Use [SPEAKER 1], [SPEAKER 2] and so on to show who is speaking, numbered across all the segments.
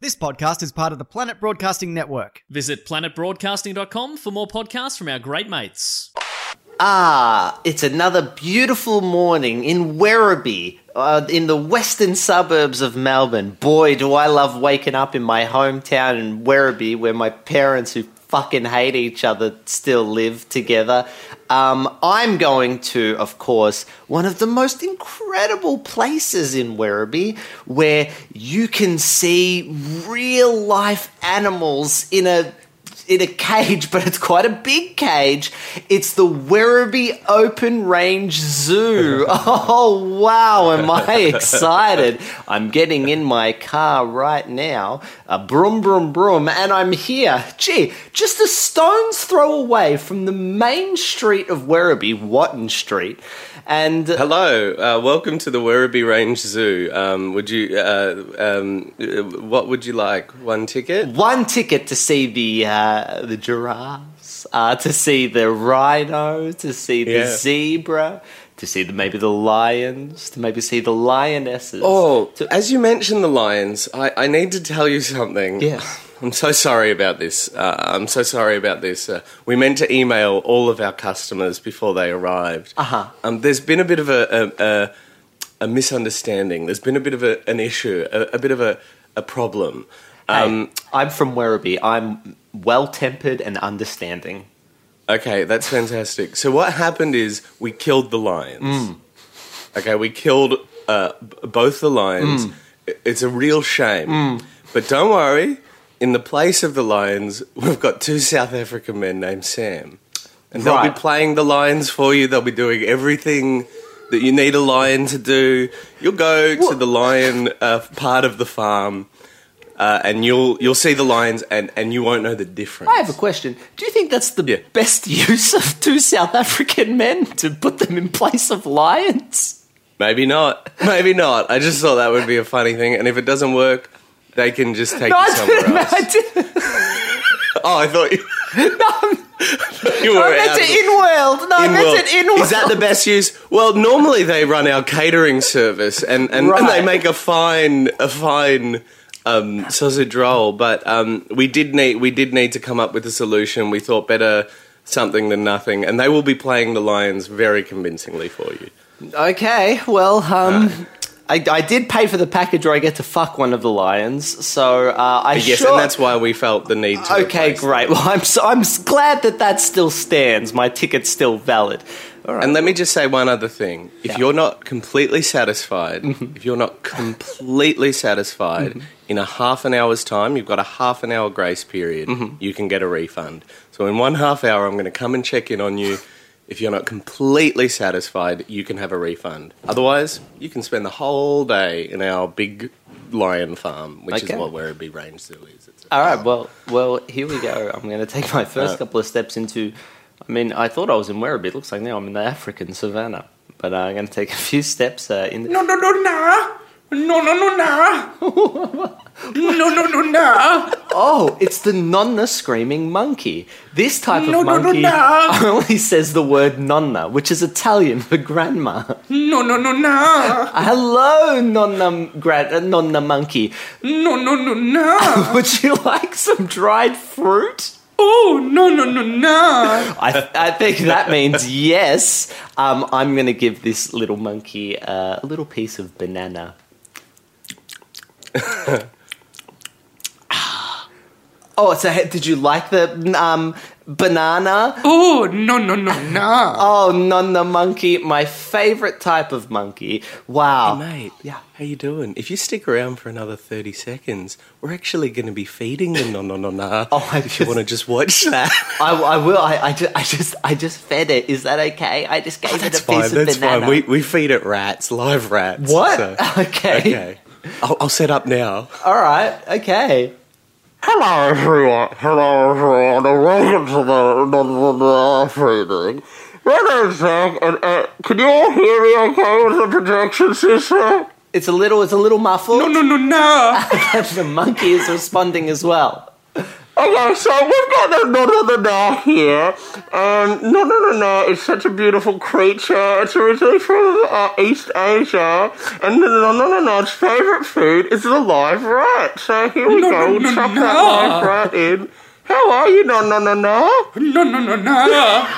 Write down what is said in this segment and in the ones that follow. [SPEAKER 1] This podcast is part of the Planet Broadcasting Network.
[SPEAKER 2] Visit planetbroadcasting.com for more podcasts from our great mates.
[SPEAKER 3] Ah, it's another beautiful morning in Werribee, uh, in the western suburbs of Melbourne. Boy, do I love waking up in my hometown in Werribee, where my parents, who fucking hate each other, still live together. Um, I'm going to, of course, one of the most incredible places in Werribee, where you can see real life animals in a in a cage, but it's quite a big cage. It's the Werribee Open Range Zoo. Oh, wow, am I excited! I'm getting in my car right now, a broom, broom, broom, and I'm here. Gee, just a stone's throw away from the main street of Werribee, Watton Street. And
[SPEAKER 4] Hello, uh, welcome to the Werribee Range Zoo. Um, would you, uh, um, uh, what would you like? One ticket?
[SPEAKER 3] one ticket to see the uh, the giraffes, uh, to see the rhino, to see the
[SPEAKER 4] Yeah.
[SPEAKER 3] zebra, to see the, maybe the lions, to maybe see the lionesses.
[SPEAKER 4] Oh,
[SPEAKER 3] to,
[SPEAKER 4] as you mentioned the lions, I, I need to tell you something.
[SPEAKER 3] Yeah.
[SPEAKER 4] I'm so sorry about this. Uh, I'm so sorry about this. Uh, we meant to email all of our customers before they arrived.
[SPEAKER 3] Uh-huh.
[SPEAKER 4] Um, there's been a bit of a, a, a, a misunderstanding. There's been a bit of a, an issue, a, a bit of a, a problem.
[SPEAKER 3] hey,
[SPEAKER 4] Um,
[SPEAKER 3] I'm from Werribee. I'm well tempered and understanding.
[SPEAKER 4] Okay, that's fantastic. So what happened is we killed the lions.
[SPEAKER 3] Mm.
[SPEAKER 4] Okay, we killed uh, b- both the
[SPEAKER 3] Mm.
[SPEAKER 4] lions. I- It's a real shame. But don't worry, in the place of the lions, we've got two South African men named Sam. And they'll
[SPEAKER 3] Right.
[SPEAKER 4] be playing the lions for you. They'll be doing everything that you need a lion to do. You'll go to the lion uh, part of the farm. Uh, and you'll you'll see the lions and, and you won't know the difference.
[SPEAKER 3] I have a question. Do you think that's the
[SPEAKER 4] Yeah.
[SPEAKER 3] best use of two South African men to put them in place of lions?
[SPEAKER 4] Maybe not. Maybe not. I just thought that would be a funny thing. And if it doesn't work, they can just take
[SPEAKER 3] No,
[SPEAKER 4] you
[SPEAKER 3] I
[SPEAKER 4] somewhere
[SPEAKER 3] didn't.
[SPEAKER 4] else.
[SPEAKER 3] I didn't.
[SPEAKER 4] Oh, I thought you,
[SPEAKER 3] No,
[SPEAKER 4] you
[SPEAKER 3] I
[SPEAKER 4] were out
[SPEAKER 3] meant
[SPEAKER 4] of
[SPEAKER 3] it
[SPEAKER 4] the-
[SPEAKER 3] in world. No, I meant
[SPEAKER 4] Inworld.
[SPEAKER 3] it in world.
[SPEAKER 4] Is that the best use? Well, normally they run our catering service, and, and, and
[SPEAKER 3] Right.
[SPEAKER 4] they make a fine a fine um, sausage roll. But um, we did need we did need to come up with a solution. We thought better something than nothing, and they will be playing the lions very convincingly for you.
[SPEAKER 3] Okay, well, um, I, I did pay for the package where I get to fuck one of the lions, so uh, I
[SPEAKER 4] Yes,
[SPEAKER 3] sure.
[SPEAKER 4] and that's why we felt the need to.
[SPEAKER 3] Okay,
[SPEAKER 4] replace them.
[SPEAKER 3] great. Well, I'm so, I'm s- glad that that still stands. My ticket's still valid. All right.
[SPEAKER 4] And let me just say one other thing. If you're not completely satisfied,
[SPEAKER 3] Mm-hmm.
[SPEAKER 4] if you're not completely satisfied in a half an hour's time, you've got a half an hour grace period,
[SPEAKER 3] Mm-hmm.
[SPEAKER 4] you can get a refund. So in one half hour, I'm going to come and check in on you. If you're not completely satisfied, you can have a refund. Otherwise, you can spend the whole day in our big lion farm, which
[SPEAKER 3] Okay.
[SPEAKER 4] is what Werribee Range Zoo is. It's a-
[SPEAKER 3] All right. Well, well, here we go. I'm going to take my first
[SPEAKER 4] Uh,
[SPEAKER 3] couple of steps into. I mean, I thought I was in Werribee. It looks like now I'm in the African savannah. But uh, I'm going to take a few steps uh, in.
[SPEAKER 5] No, no, no, nah. No, no, no, nah. no, no, no, nah.
[SPEAKER 3] Oh, it's the nonna screaming monkey. This type
[SPEAKER 5] No,
[SPEAKER 3] of
[SPEAKER 5] no, no,
[SPEAKER 3] monkey
[SPEAKER 5] no.
[SPEAKER 3] only says the word nonna, which is Italian for grandma.
[SPEAKER 5] No, no, no, nah.
[SPEAKER 3] Hello, nonna, gran- uh, nonna monkey.
[SPEAKER 5] No, no, no, nah.
[SPEAKER 3] Would you like some dried fruit?
[SPEAKER 5] Oh, no, no, no, nah.
[SPEAKER 3] I, I think that means yes. Um, I'm going to give this little monkey uh, a little piece of banana. oh, so hey, did you like the um, banana?
[SPEAKER 5] Oh, no, no, no, nah.
[SPEAKER 3] Oh, nonna monkey, my favorite type of monkey. Wow.
[SPEAKER 4] Mate,
[SPEAKER 3] Oh, Yeah.
[SPEAKER 4] how you doing? If you stick around for another thirty seconds, we're actually going to be feeding them. No, no, no, no.
[SPEAKER 3] Oh, I
[SPEAKER 4] if you
[SPEAKER 3] just-
[SPEAKER 4] want to just watch that,
[SPEAKER 3] I, I will. I, I, just, I just I just fed it. Is that okay? I just gave it a
[SPEAKER 4] Oh, that's
[SPEAKER 3] piece
[SPEAKER 4] fine.
[SPEAKER 3] of
[SPEAKER 4] That's
[SPEAKER 3] banana.
[SPEAKER 4] fine. We we feed it rats, live rats.
[SPEAKER 3] What?
[SPEAKER 4] so-
[SPEAKER 3] okay.
[SPEAKER 4] okay. I'll, I'll set up now.
[SPEAKER 3] All right. Okay.
[SPEAKER 6] Hello everyone, hello everyone, and welcome to the Nonsense Feeding. My name's Zach, and uh, can you all hear me okay with the projection system?
[SPEAKER 3] It's a little. It's a little muffled.
[SPEAKER 5] No, no, no, nah.
[SPEAKER 3] the monkey is responding as well.
[SPEAKER 6] Okay, so we've got the no no no no here, and no no no no is such a beautiful creature. It's originally from uh, East Asia, and no no no no no its favorite food is the live rat. So here we go,
[SPEAKER 5] No, no,
[SPEAKER 6] we'll
[SPEAKER 5] no,
[SPEAKER 6] chop
[SPEAKER 5] no.
[SPEAKER 6] that live rat in. How are you, no no no no?
[SPEAKER 5] No, no, no, no.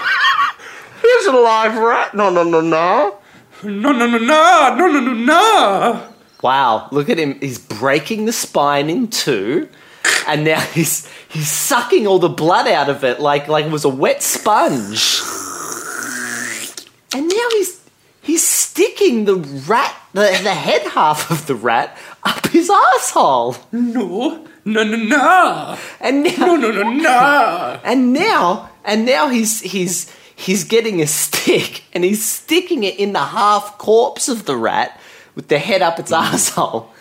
[SPEAKER 6] Here's a live rat, no no no no.
[SPEAKER 5] No, no, no, no. No, no, no, no.
[SPEAKER 3] Wow, look at him. He's breaking the spine in two. And now he's he's sucking all the blood out of it like like it was a wet sponge. And now he's he's sticking the rat the, the head half of the rat up his asshole.
[SPEAKER 5] No, no, no, no.
[SPEAKER 3] And now
[SPEAKER 5] No, no, no, no.
[SPEAKER 3] and now and now he's he's he's getting a stick and he's sticking it in the half corpse of the rat with the head up its
[SPEAKER 5] Mm.
[SPEAKER 3] asshole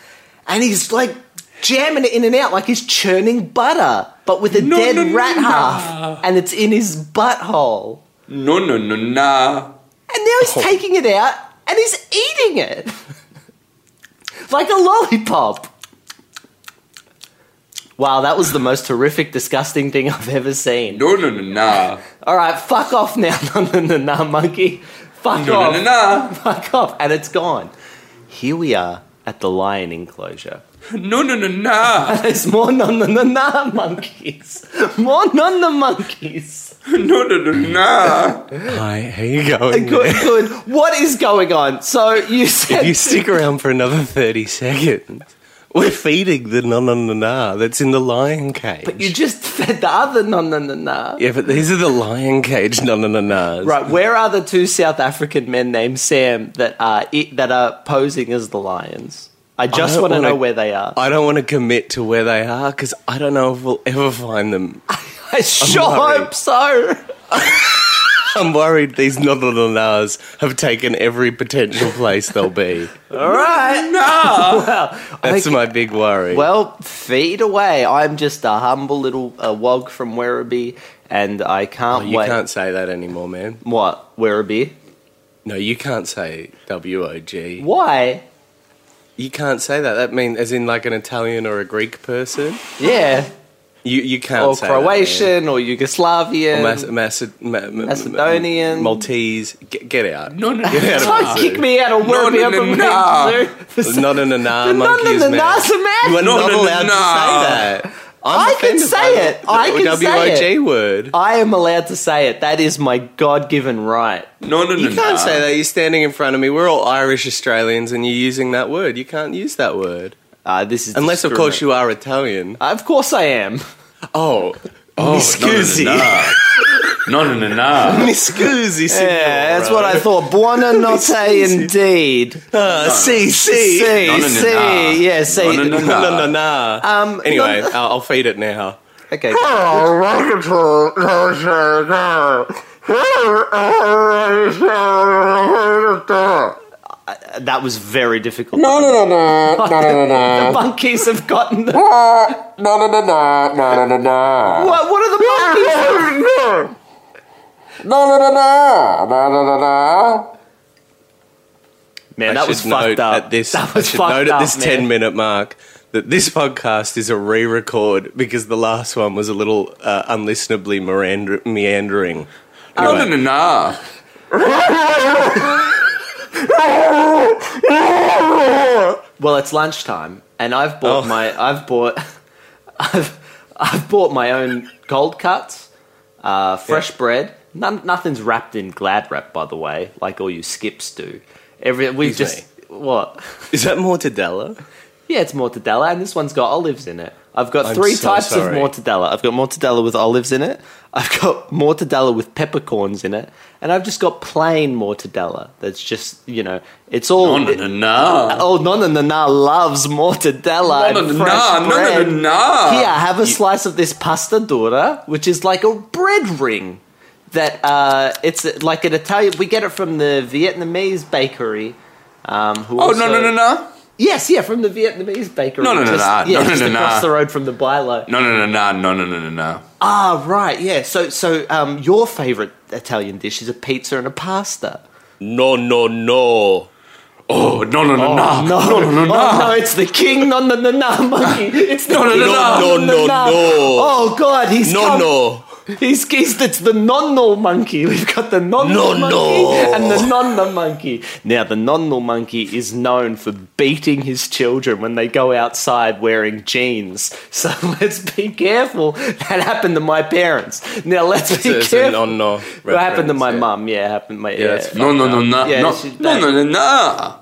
[SPEAKER 3] and he's like jamming it in and out like he's churning butter but with a
[SPEAKER 5] No,
[SPEAKER 3] dead
[SPEAKER 5] no, no,
[SPEAKER 3] rat
[SPEAKER 5] no.
[SPEAKER 3] half and it's in his butthole
[SPEAKER 5] No, no, no, no.
[SPEAKER 3] and now
[SPEAKER 5] Oh.
[SPEAKER 3] he's taking it out and he's eating it like a lollipop wow that was the most horrific disgusting thing i've ever seen
[SPEAKER 5] No, no, no, no.
[SPEAKER 3] all right, fuck off now, no, no, no, no, monkey. Fuck
[SPEAKER 5] No,
[SPEAKER 3] off.
[SPEAKER 5] no, no,
[SPEAKER 3] Fuck off. And it's gone. Here we are at the lion enclosure.
[SPEAKER 5] no. No, no, no, no.
[SPEAKER 3] There's more no, no, no, no monkeys. More no, no monkeys.
[SPEAKER 5] No, no, no, no.
[SPEAKER 4] Hi, how you going?
[SPEAKER 3] Good, good. What is going on? So you said.
[SPEAKER 4] If you stick around for another 30 seconds, we're feeding the na na na na that's in the lion cage.
[SPEAKER 3] but you just fed the other no, no, no, no.
[SPEAKER 4] yeah, but these are the lion cage na na na na's.
[SPEAKER 3] Right, where are the two South African men named Sam that are, i that are posing as the lions? I just
[SPEAKER 4] don't
[SPEAKER 3] want to
[SPEAKER 4] wanna-
[SPEAKER 3] know where they are.
[SPEAKER 4] I don't want to commit to where they are because I don't know if we'll ever find them.
[SPEAKER 3] I sure
[SPEAKER 4] worried.
[SPEAKER 3] hope so.
[SPEAKER 4] I'm worried these na na na na's have taken every potential place they'll be.
[SPEAKER 3] All right.
[SPEAKER 5] No.
[SPEAKER 3] Wow.
[SPEAKER 4] That's
[SPEAKER 3] Okay.
[SPEAKER 4] my big worry.
[SPEAKER 3] Well, feed away. I'm just a humble little uh, wog from Werribee, and I can't
[SPEAKER 4] Oh, you
[SPEAKER 3] wait.
[SPEAKER 4] can't say that anymore, man.
[SPEAKER 3] What Werribee?
[SPEAKER 4] No, you can't say W O G.
[SPEAKER 3] Why?
[SPEAKER 4] You can't say that. That means as in like an Italian or a Greek person.
[SPEAKER 3] Yeah,
[SPEAKER 4] You you can't
[SPEAKER 3] or
[SPEAKER 4] say that, man.
[SPEAKER 3] Croatian, or Yugoslavian.
[SPEAKER 4] Or Mas- Maced- Ma- Ma-
[SPEAKER 3] Macedonian.
[SPEAKER 4] Maltese. Get, get out.
[SPEAKER 5] No, no,
[SPEAKER 4] Get out of
[SPEAKER 3] Don't
[SPEAKER 4] my zoo.
[SPEAKER 3] kick me out of Werribee.
[SPEAKER 5] no,
[SPEAKER 3] I'm
[SPEAKER 5] no,
[SPEAKER 3] from
[SPEAKER 5] no.
[SPEAKER 3] Manchester.
[SPEAKER 4] No, no, no, no.
[SPEAKER 3] The no, no,
[SPEAKER 4] monkeys,
[SPEAKER 3] no,
[SPEAKER 4] man.
[SPEAKER 3] no's a man.
[SPEAKER 4] You are not
[SPEAKER 5] No, no,
[SPEAKER 4] allowed
[SPEAKER 5] no.
[SPEAKER 4] to say that. I'm
[SPEAKER 3] I can
[SPEAKER 4] offended
[SPEAKER 3] say
[SPEAKER 4] by
[SPEAKER 3] it.
[SPEAKER 4] the
[SPEAKER 3] I can say
[SPEAKER 4] WIG word.
[SPEAKER 3] I am allowed to say it. That is my God-given right.
[SPEAKER 5] No, no, no,
[SPEAKER 4] You can't
[SPEAKER 5] no.
[SPEAKER 4] say that. You're standing in front of me. We're all Irish Australians, and you're using that word. You can't use that word
[SPEAKER 3] Uh, this is
[SPEAKER 4] unless, of course, you are Italian.
[SPEAKER 3] discriminate- Of course, I am.
[SPEAKER 4] Oh, oh, scusi,
[SPEAKER 5] No, no, no, no.
[SPEAKER 4] Mi scusi,
[SPEAKER 3] Yeah, that's what I thought. Buona notte, indeed.
[SPEAKER 4] Uh, si,
[SPEAKER 3] See,
[SPEAKER 4] si.
[SPEAKER 5] no, no,
[SPEAKER 3] see,
[SPEAKER 5] no.
[SPEAKER 3] yeah, see.
[SPEAKER 5] No, no,
[SPEAKER 4] No, no, no.
[SPEAKER 3] Um,
[SPEAKER 4] anyway,
[SPEAKER 3] no-
[SPEAKER 4] I'll, I'll feed it now.
[SPEAKER 3] Okay.
[SPEAKER 6] No,
[SPEAKER 3] That was very difficult.
[SPEAKER 6] no, Oh, no, no, no,
[SPEAKER 3] The
[SPEAKER 6] no, no, no.
[SPEAKER 3] monkeys have gotten the.
[SPEAKER 6] No, no, no, no, no, no, no.
[SPEAKER 3] What, what are the monkeys?
[SPEAKER 6] No, no, no, no, no, no, no, no.
[SPEAKER 3] Man,
[SPEAKER 4] I
[SPEAKER 3] that was
[SPEAKER 4] should note
[SPEAKER 3] fucked up.
[SPEAKER 4] At this,
[SPEAKER 3] that
[SPEAKER 4] I
[SPEAKER 3] was
[SPEAKER 4] should
[SPEAKER 3] fucked
[SPEAKER 4] note
[SPEAKER 3] up.
[SPEAKER 4] at this
[SPEAKER 3] man.
[SPEAKER 4] 10 minute mark that this podcast is a re record because the last one was a little uh, unlistenably meander- meandering.
[SPEAKER 5] No, no, no, no.
[SPEAKER 3] Well, it's lunchtime, and I've bought
[SPEAKER 4] Oh.
[SPEAKER 3] my. I've bought. I've, I've bought my own cold cuts, uh, fresh bread. None, nothing's wrapped in glad wrap, by the way, like all you skips do. Every we
[SPEAKER 4] Excuse
[SPEAKER 3] just what.
[SPEAKER 4] Is that mortadella?
[SPEAKER 3] Yeah, it's mortadella, and this one's got olives in it. I've got three
[SPEAKER 4] so
[SPEAKER 3] types
[SPEAKER 4] sorry.
[SPEAKER 3] of mortadella. I've got mortadella with olives in it. I've got mortadella with peppercorns in it, and I've just got plain mortadella. That's just you know, it's all.
[SPEAKER 5] No, no, no, no.
[SPEAKER 3] Oh no no no no! Loves mortadella
[SPEAKER 5] No, no,
[SPEAKER 3] and
[SPEAKER 5] no,
[SPEAKER 3] fresh
[SPEAKER 5] no, no,
[SPEAKER 3] bread.
[SPEAKER 5] no, no.
[SPEAKER 3] Here, have a slice of this pasta dura, which is like a bread ring. That uh, it's like an Italian. We get it from the Vietnamese bakery. Um, who
[SPEAKER 5] Oh,
[SPEAKER 3] also,
[SPEAKER 5] no, no, no, no.
[SPEAKER 3] Yes, yeah, from the Vietnamese bakery.
[SPEAKER 5] No, no, no,
[SPEAKER 3] just,
[SPEAKER 5] no,
[SPEAKER 3] yeah,
[SPEAKER 5] no, no,
[SPEAKER 3] just
[SPEAKER 5] no,
[SPEAKER 3] across
[SPEAKER 5] no.
[SPEAKER 3] the road from the Bilo.
[SPEAKER 5] No, no, no, no, no, no, no, no, no.
[SPEAKER 3] Ah, right, yeah. So, so um, your favorite Italian dish is a pizza and a pasta.
[SPEAKER 4] No, no, no.
[SPEAKER 5] Oh, no, no, no, no.
[SPEAKER 3] No, no, no, no, oh, no! It's the king, no, no, no, no, monkey. It's the
[SPEAKER 5] No, no,
[SPEAKER 3] king,
[SPEAKER 5] no,
[SPEAKER 4] no, no, no.
[SPEAKER 3] Oh God, he's
[SPEAKER 4] No,
[SPEAKER 3] come-
[SPEAKER 4] no.
[SPEAKER 3] He's, he's it's the nonno monkey. We've got the nonno
[SPEAKER 4] No,
[SPEAKER 3] monkey
[SPEAKER 4] no.
[SPEAKER 3] and the nonna monkey. Now the nonno monkey is known for beating his children when they go outside wearing jeans. So let's be careful. That happened to my parents. Now let's be
[SPEAKER 4] it's a
[SPEAKER 3] careful.
[SPEAKER 4] nonno
[SPEAKER 3] It happened to
[SPEAKER 4] reference,
[SPEAKER 3] my
[SPEAKER 4] yeah.
[SPEAKER 3] mum. Yeah, it happened to my
[SPEAKER 4] that's
[SPEAKER 3] yeah.
[SPEAKER 4] fine.
[SPEAKER 5] No, no, no, no.
[SPEAKER 3] Yeah,
[SPEAKER 5] no,
[SPEAKER 3] she-
[SPEAKER 5] no, no, no, no.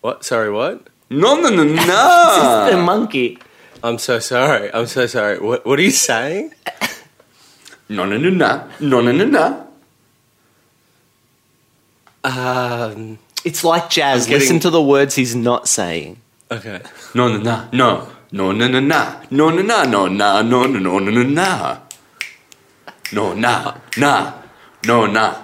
[SPEAKER 4] What? Sorry, what?
[SPEAKER 5] No, no, no,
[SPEAKER 3] It's the
[SPEAKER 5] no.
[SPEAKER 3] monkey.
[SPEAKER 4] I'm so sorry. I'm so sorry. What, what are you saying?
[SPEAKER 5] No, no, no, no. No, no, no, no.
[SPEAKER 4] Um,
[SPEAKER 3] It's like jazz.
[SPEAKER 4] I'm getting-
[SPEAKER 3] Listen to the words he's not saying.
[SPEAKER 4] okay.
[SPEAKER 5] No, no, no, no. No, no, no, no. No, no, no, no, no, no, no, no, no, no, no. No, no, no. No, no.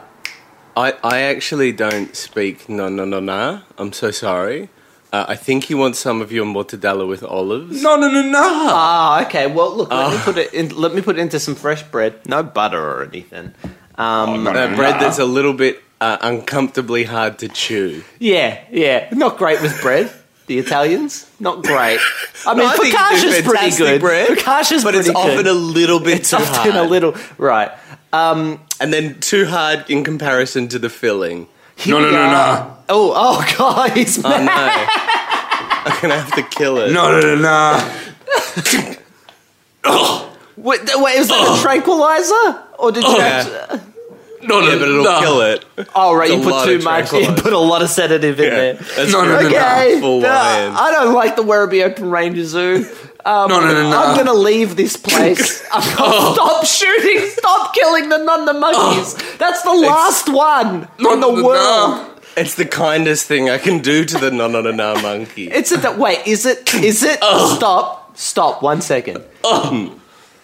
[SPEAKER 4] I, I actually don't speak no, no, no, no. I'm so sorry. Uh, I think he wants some of your mortadella with olives.
[SPEAKER 5] No, no, no, no.
[SPEAKER 3] Ah, okay. Well, look, let me put it. In, let me put it into some fresh bread. No butter or anything. Um,
[SPEAKER 5] No, no,
[SPEAKER 4] Uh,
[SPEAKER 5] no.
[SPEAKER 4] bread that's a little bit uh, uncomfortably hard to chew.
[SPEAKER 3] Yeah, yeah. Not great with bread. The Italians, not great. I mean,
[SPEAKER 4] I think they do
[SPEAKER 3] focaccia's pretty
[SPEAKER 4] fantastic
[SPEAKER 3] good.
[SPEAKER 4] bread,
[SPEAKER 3] focaccia's
[SPEAKER 4] But
[SPEAKER 3] pretty
[SPEAKER 4] it's often
[SPEAKER 3] good.
[SPEAKER 4] a little bit
[SPEAKER 3] it's
[SPEAKER 4] too
[SPEAKER 3] often
[SPEAKER 4] hard.
[SPEAKER 3] a little right.
[SPEAKER 4] and then too hard in comparison to the filling.
[SPEAKER 5] No, no, no, no.
[SPEAKER 3] Oh, oh God, he's
[SPEAKER 4] Oh no.
[SPEAKER 3] mad.
[SPEAKER 4] I'm gonna have to kill it.
[SPEAKER 5] No, no, no, no.
[SPEAKER 3] Wait, th- wait, was that a tranquilizer, or did you? actually-
[SPEAKER 4] Yeah.
[SPEAKER 5] No, no,
[SPEAKER 4] Yeah, but it'll
[SPEAKER 5] no.
[SPEAKER 4] kill it.
[SPEAKER 3] Oh, right,
[SPEAKER 4] It's
[SPEAKER 3] you
[SPEAKER 4] a
[SPEAKER 3] put
[SPEAKER 4] lot
[SPEAKER 3] too
[SPEAKER 4] of
[SPEAKER 3] much. You
[SPEAKER 4] tranquilizer.
[SPEAKER 3] put a lot of sedative in there.
[SPEAKER 4] That's
[SPEAKER 5] No, no, no,
[SPEAKER 4] pretty
[SPEAKER 5] no.
[SPEAKER 3] Okay,
[SPEAKER 4] full
[SPEAKER 3] no,
[SPEAKER 4] lion.
[SPEAKER 3] I don't like the Werribee Open Ranger Zoo. Um,
[SPEAKER 5] No, no, Oh. no, no.
[SPEAKER 3] I'm gonna leave this place. I'm gonna stop shooting. Stop killing the nonna monkeys. That's the last one in the
[SPEAKER 5] Oh. no, no.
[SPEAKER 3] world.
[SPEAKER 4] It's the kindest thing I can do to the no no no no monkey.
[SPEAKER 3] It's a th- wait. Is it? Is it?
[SPEAKER 5] Oh.
[SPEAKER 3] Stop. Stop. One second.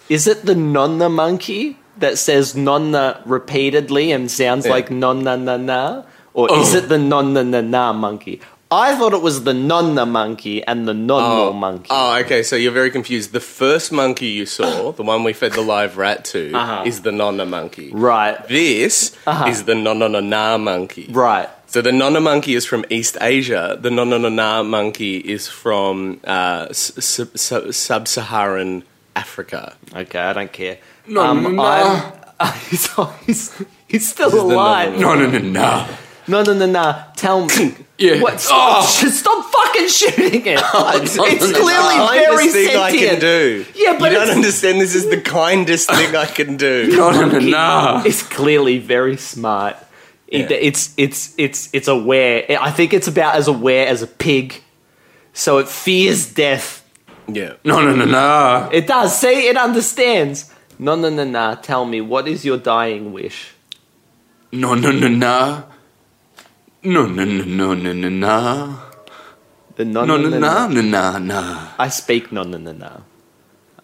[SPEAKER 3] Is it the nonna monkey that says nonna repeatedly and sounds
[SPEAKER 4] Yeah.
[SPEAKER 3] like nonna na na, or
[SPEAKER 5] Oh.
[SPEAKER 3] is it the nonna na na monkey? I thought it was the nonna monkey and the nonno monkey.
[SPEAKER 4] Oh, okay. So you're very confused. The first monkey you saw, the one we fed the live rat to, is the nonna monkey.
[SPEAKER 3] Uh-huh. Right. Uh-huh.
[SPEAKER 4] This is the nonna no na monkey.
[SPEAKER 3] Right.
[SPEAKER 4] So the nonna monkey is from East Asia. The nonna no na monkey is from uh, s- sub- sub- sub-Saharan Africa.
[SPEAKER 3] Okay, I don't care. Um,
[SPEAKER 5] No, no, no.
[SPEAKER 3] I'm- he's, he's, he's still
[SPEAKER 4] the
[SPEAKER 3] alive.
[SPEAKER 5] No, no, no, no.
[SPEAKER 3] No, no, no, no. Tell me.
[SPEAKER 5] Yeah.
[SPEAKER 3] What? Stop,
[SPEAKER 5] Oh.
[SPEAKER 3] sh- stop fucking shooting it. it's
[SPEAKER 5] no, no,
[SPEAKER 3] it's
[SPEAKER 5] no.
[SPEAKER 3] clearly
[SPEAKER 4] Kindest
[SPEAKER 3] very
[SPEAKER 4] thing
[SPEAKER 3] sentient.
[SPEAKER 4] I can do.
[SPEAKER 3] Yeah, but
[SPEAKER 4] you don't
[SPEAKER 3] it's-
[SPEAKER 4] understand. This is the kindest thing I can do.
[SPEAKER 5] No, no, no, no.
[SPEAKER 3] It's clearly very smart. It,
[SPEAKER 4] Yeah.
[SPEAKER 3] It's it's it's it's aware. I think it's about as aware as a pig. So it fears death.
[SPEAKER 4] Yeah.
[SPEAKER 5] No, no, no, no.
[SPEAKER 3] It does. See, it understands. No, no, no, no. Tell me, what is your dying wish?
[SPEAKER 5] No, no, no, no. No, no, no, no, no, no, no.
[SPEAKER 3] The no,
[SPEAKER 5] No, no, no, no, no, no.
[SPEAKER 3] I speak no, no, no,